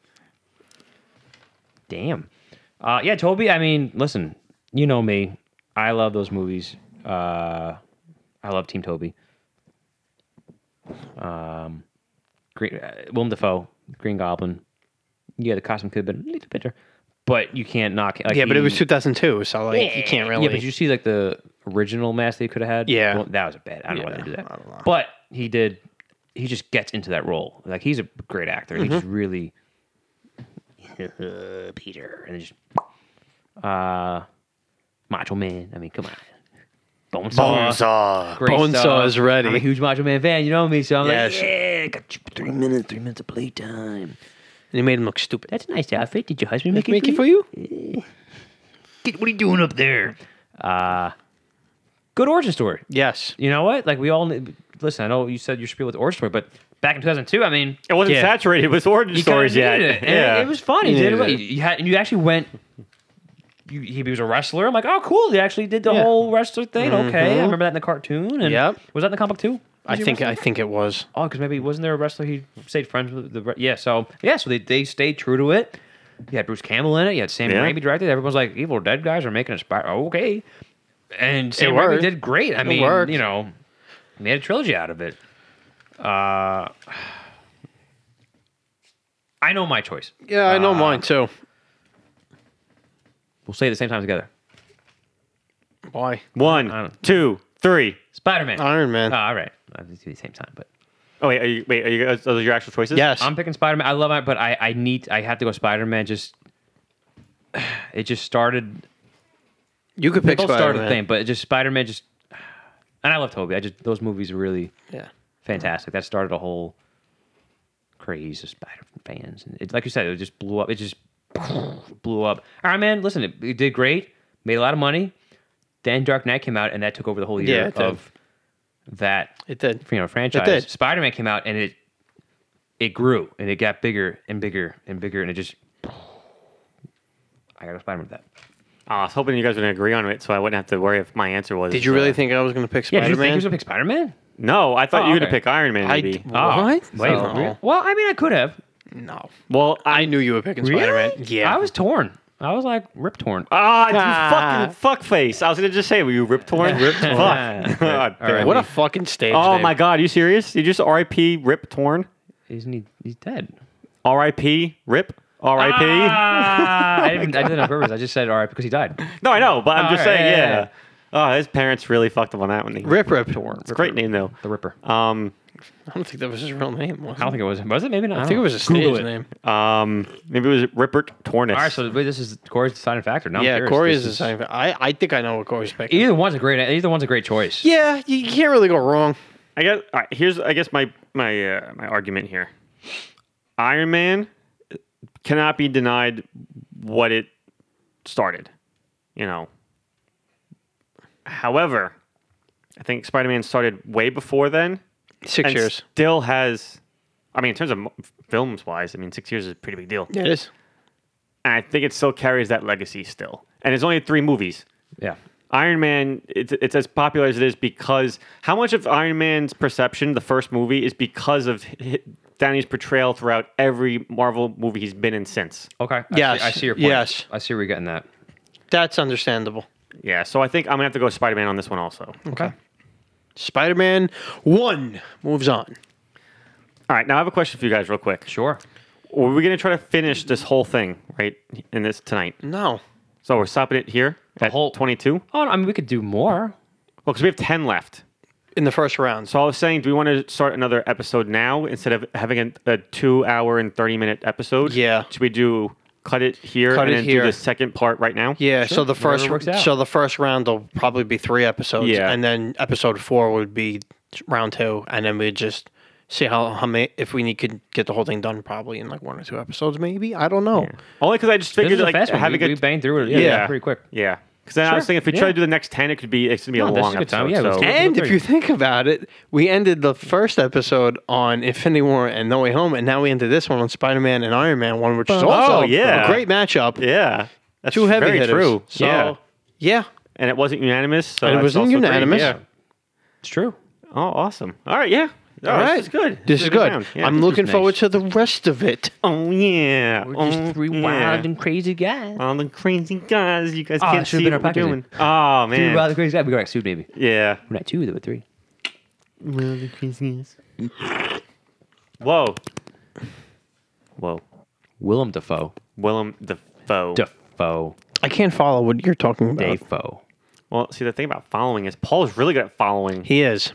S3: Damn. Uh, yeah, Toby. I mean, listen, you know me. I love those movies. Uh, I love Team Toby. Um, Green, uh, Willem Dafoe, Green Goblin. Yeah, the costume could have been a little better, but you can't knock. Like,
S1: yeah, but it was
S3: he-
S1: 2002, so like you can't really.
S3: yeah, but you see, like the original mask they could have had.
S1: Yeah.
S3: Well, that was a bad. I don't know why they did that. But he did. He just gets into that role. Like he's a great actor. He
S1: Mm-hmm.
S3: just really, Peter, and just uh, Macho Man. I mean, come on, Bone Saw. Great
S1: Bone
S3: stuff.
S1: Saw is ready.
S3: I'm a huge Macho Man fan. You know me, so I'm
S1: Yes.
S3: like, yeah, got you three minutes, three minutes of playtime.
S1: you made him look stupid.
S3: That's a nice outfit. Did your husband make,
S1: Make
S3: it
S1: it for you?
S3: Get- What are you doing up there? Uh, good origin story
S1: Yes.
S3: you know what? Like we all listen. I know you said your spiel with Orchard, but back in 2002, I mean,
S2: It wasn't
S1: Yeah.
S2: saturated with origin
S3: you
S2: stories
S3: kinda
S2: yet.
S3: needed It. And
S2: yeah,
S3: it was funny. You, did
S1: needed
S3: it.
S1: it.
S3: You- you had, and you actually went. You, he was a wrestler. I'm like, oh, cool. They actually did the
S1: Yeah. Mm-hmm.
S3: whole wrestler thing. Okay, I remember that in the cartoon. And
S1: Yep.
S3: was that in the comic too? Was
S1: I
S3: he a
S1: think
S3: wrestler?
S1: I think it was.
S3: Oh, because maybe wasn't there a wrestler he stayed friends with the re- yeah. So yeah, so they, they stayed true to it. You had Bruce Campbell in it. You had Sam
S2: Yeah.
S3: Raimi directed. it. Everyone's like, Evil Dead guys are making a spy. Okay, and Sam Raimi
S1: worked.
S3: did great. I mean,
S1: worked.
S3: you know, made a trilogy out of it. Uh, I know my choice.
S1: Yeah, I know mine too.
S3: We'll say it at the same time together.
S1: Why?
S3: I
S2: one,
S3: don't-
S2: two, three.
S3: Spider Man.
S1: Iron Man.
S3: oh, all right, I'll just do the same time, but.
S2: Oh wait, are you, wait, are you guys, are those your actual choices?
S1: yes.
S3: I'm picking Spider Man. I love it, but I, I need I have to go Spider Man. Just it just started.
S1: you could pick
S3: Both started
S1: Spider
S3: the thing, but it just Spider Man just and I love Toby. I just those movies are really
S1: Yeah.
S3: fantastic. That started a whole craze of Spider fans, and it, like you said, it just blew up. It just blew up. Iron Man, listen, it, it did great, made a lot of money. Then Dark Knight came out, and that took over the whole
S1: Yeah,
S3: year
S1: it did.
S3: of that
S1: It did.
S3: you know franchise.
S1: did.
S3: Spider Man came out and it it grew and it got bigger and bigger and bigger and it just I got a Spider Man with that.
S2: Oh, I was hoping you guys were gonna agree on it, so I wouldn't have to worry if my answer was.
S1: Did you really
S2: uh,
S1: think I was going to pick
S3: Yeah, did you think
S1: Spider-Man?
S3: he was gonna pick Spider Man?
S2: No, I thought
S3: Oh,
S2: you were gonna
S3: okay.
S2: pick Iron Man.
S1: I
S2: maybe.
S1: d- what?
S3: Wait,
S1: No.
S3: re- well, I mean, I could have.
S1: No.
S2: well,
S1: I knew you were picking Spider-Man. Yeah.
S3: I was torn. I was like rip torn.
S2: ah,
S1: Ah.
S2: you fucking fuckface! I was gonna just say, were you ripped torn? ripped torn. Fuck. God damn.
S1: What a fucking stage.
S2: Oh
S1: name.
S2: my god, you serious? You just R.I.P. Rip Torn?
S3: Isn't he? He's dead.
S2: R.I.P. Rip? R.I.P.
S1: Oh
S3: Ah, I, didn't, I did it on purpose. I just said all right because he died.
S2: No, I know, but I'm just
S3: Alright,
S2: saying,
S3: yeah,
S2: yeah.
S3: yeah,
S2: Oh, his parents really fucked up on that one. It's
S1: Rip Rip Torn.
S2: a great name though.
S3: The Ripper.
S2: Um,
S1: I don't think that was his real name. Was
S3: I don't
S1: it?
S3: think it was. Was it? Maybe not.
S1: I think it was a
S3: Google
S1: stage
S3: it.
S1: name.
S2: um, maybe it was Ripert Tornus.
S3: All right, so wait, this is Corey's deciding factor. Now I'm
S1: Yeah,
S3: curious.
S1: Corey
S3: This
S1: is the same. I, I think I know what Corey's picking.
S3: Either one's a great. Either one's a great choice.
S1: Yeah, you can't really go wrong.
S2: I guess all right, here's I guess my my uh, my argument here. Iron Man cannot be denied what it started, you know. However, I think Spider-Man started way before then.
S1: Six
S2: and
S1: years.
S2: Still has, I mean, in terms of mo- films wise, I mean, six years is a pretty big deal.
S1: Yeah, it is.
S2: And I think it still carries that legacy still. And it's only three movies.
S3: Yeah.
S2: Iron Man, it's, it's as popular as it is because how much of Iron Man's perception, the first movie, is because of hi- Downey's portrayal throughout every Marvel movie he's been in since.
S3: Okay.
S1: Yes.
S3: I see, I see your point.
S1: Yes.
S3: I see where you're getting that.
S1: That's understandable.
S2: Yeah, so I think I'm gonna have to go Spider Man on this one also.
S3: Okay.
S1: Spider Man 1 moves on.
S2: All right, now I have a question for you guys, real quick.
S3: Sure.
S2: Were we going to try to finish this whole thing right in this tonight?
S1: No.
S2: So we're stopping it here at
S3: whole-
S2: 22. Well,
S3: Oh, I mean, we could do more.
S2: because we have 10 left.
S1: In the first round. So
S2: So I was saying, do we want to start another episode now instead of having a, a two hour and 30 minute episode?
S1: Yeah.
S2: Should we do cut it here
S1: Cut
S2: and
S1: it
S2: then
S1: here.
S2: do the second part right now?
S1: yeah, so the first
S3: works out.
S1: so the first round will probably be three episodes,
S2: Yeah.
S1: and then episode four would be round two, and then we just see how how many if we need could get the whole thing done probably in like one or two episodes, maybe I don't know.
S2: Only because I just
S3: This
S2: figured
S3: is a
S2: like
S3: fast one. We,
S2: having
S3: we
S2: a
S3: banged through it. Yeah,
S1: Yeah.
S3: pretty quick.
S2: yeah. Because then I was
S3: Sure.
S2: thinking if we
S3: Yeah.
S2: try to do the next 10, it could be it's gonna be a
S3: No, that's
S2: long
S3: a good time.
S2: episode.
S3: Yeah, let's
S2: so.
S3: do it.
S1: And if
S3: Agree.
S1: you think about it, we ended the first episode on Infinity War and No Way Home, and now we ended this one on Spider Man and Iron Man one, which is also
S2: oh, yeah.
S1: a great matchup.
S2: Yeah. That's
S1: Two heavy
S2: very
S1: hitters.
S2: true.
S1: So,
S2: yeah.
S1: yeah.
S2: And it wasn't unanimous. So
S1: And it
S2: that's
S1: wasn't
S2: also great.
S1: unanimous.
S2: Yeah.
S3: It's true.
S2: Oh, awesome. All right. Yeah. All right. Oh, This is good.
S1: This is
S2: a
S1: good.
S2: round. Yeah.
S1: I'm looking forward to the rest of it.
S2: Oh yeah. Oh, We're
S3: Just
S1: Um,
S3: three wild and crazy guys.
S2: All the crazy guys, you guys
S3: Oh,
S2: can't
S3: that should've
S2: see
S3: been
S2: what
S3: our
S2: we're doing.
S3: packaging.
S2: Oh
S3: Three
S2: man,
S3: wild and crazy guys. We got sued, maybe.
S2: yeah.
S3: We're not two, though, we're three.
S2: Whoa, whoa.
S3: Willem Dafoe.
S2: Willem Dafoe.
S3: Dafoe.
S1: I can't follow what you're talking about.
S3: Dafoe.
S2: well, see the thing about following is Paul's really good at following.
S1: He is.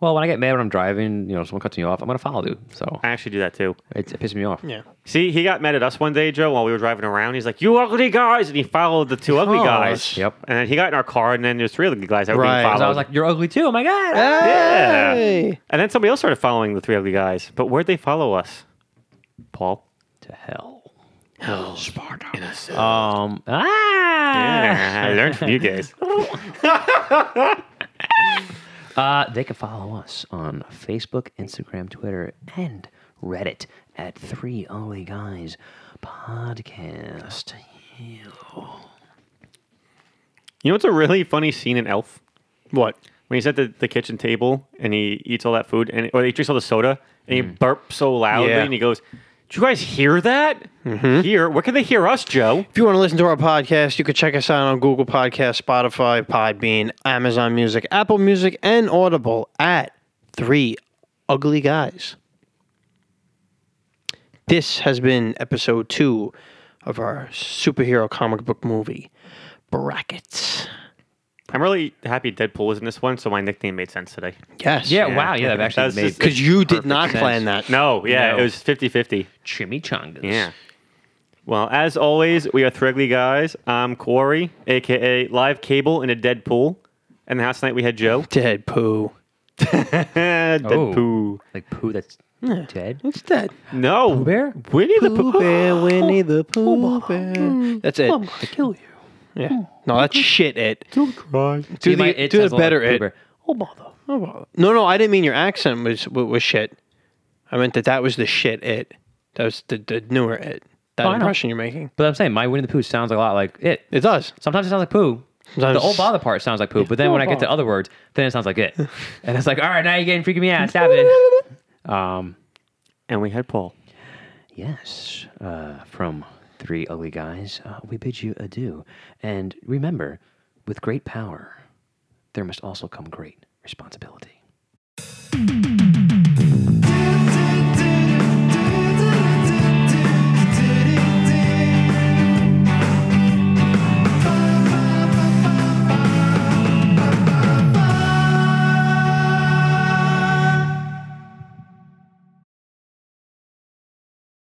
S3: Well, when I get mad when I'm driving, you know, someone cuts me off, I'm going to follow dude. So
S2: I actually do that too.
S3: it's, it pisses me off.
S1: Yeah.
S2: See, he got mad at us one day, Joe, while we were driving around. He's like, "You ugly guys," and he followed the two ugly
S1: follows.
S2: guys.
S3: Oh, Yep.
S2: And then he got in our car, and then there's three ugly guys that were
S1: Right. 'Cause
S2: being
S3: Because
S2: followed.
S3: I was like, you're ugly too. Oh my God.
S2: Yeah.
S1: Hey.
S2: and then somebody else started following the three ugly guys. But where'd they follow us? Paul.
S3: To hell. Hell. Sparta. Um, ah.
S2: Yeah, I learned from you guys.
S3: Uh, they can follow us on Facebook, Instagram, Twitter, and Reddit at 3 Only Guys Podcast.
S2: You know what's a really funny scene in Elf?
S1: What?
S2: when he's at the, the kitchen table and he eats all that food and or he drinks all the soda and he burps so loudly
S1: Yeah.
S2: and he goes, "Do you guys hear that? Here, where can they hear us, Joe?"
S1: If you want to listen to our podcast, you can check us out on Google Podcasts, Spotify, Podbean, Amazon Music, Apple Music, and Audible at Three Ugly Guys. This has been episode two of our superhero comic book movie, Brackets.
S2: I'm really happy Deadpool was in this one, so my nickname made sense today.
S1: Yes.
S3: Yeah, wow. Yeah, that
S2: That
S3: actually
S2: was
S3: made
S2: just-
S1: Because you did not plan that.
S2: No, yeah,
S3: No.
S2: it was 50-50.
S3: chimichangas.
S2: Well, as always, we are three ugly guys. I'm Corey, aka Live Cable in a Deadpool, and last night we had Joe.
S1: Dead poo.
S2: Deadpool.
S3: Like poo that's dead.
S1: It's dead.
S2: No,
S3: Bear?
S2: Winnie the
S1: Pooh Bear, Winnie the Pooh Bear. That's it.
S3: I'm gonna Oh, kill you.
S1: Yeah. No, that's shit. It.
S2: Don't cry.
S1: Do
S3: See, my
S1: the
S3: it
S1: do
S3: sounds
S1: the
S3: a lot
S1: better.
S3: like Pooh
S1: It.
S3: Bear. Oh bother.
S1: Oh, well, No, no, I didn't mean your accent was wa- was shit. I meant that that was the shit. It. That was the, the newer it. That
S3: Oh, I know.
S1: impression you're making.
S3: But I'm saying my Winnie the Pooh sounds a lot like it.
S1: It does.
S3: Sometimes it sounds like poo.
S1: Sometimes-
S3: the old bother part sounds like poo, but then when I get to other words, then it sounds like it. and it's like, all right, now you're getting freaking me out. Stop it. Um,
S2: And we had Paul.
S3: yes, uh, from Three Ugly Guys, uh, we bid you adieu. And remember, with great power, there must also come great responsibility.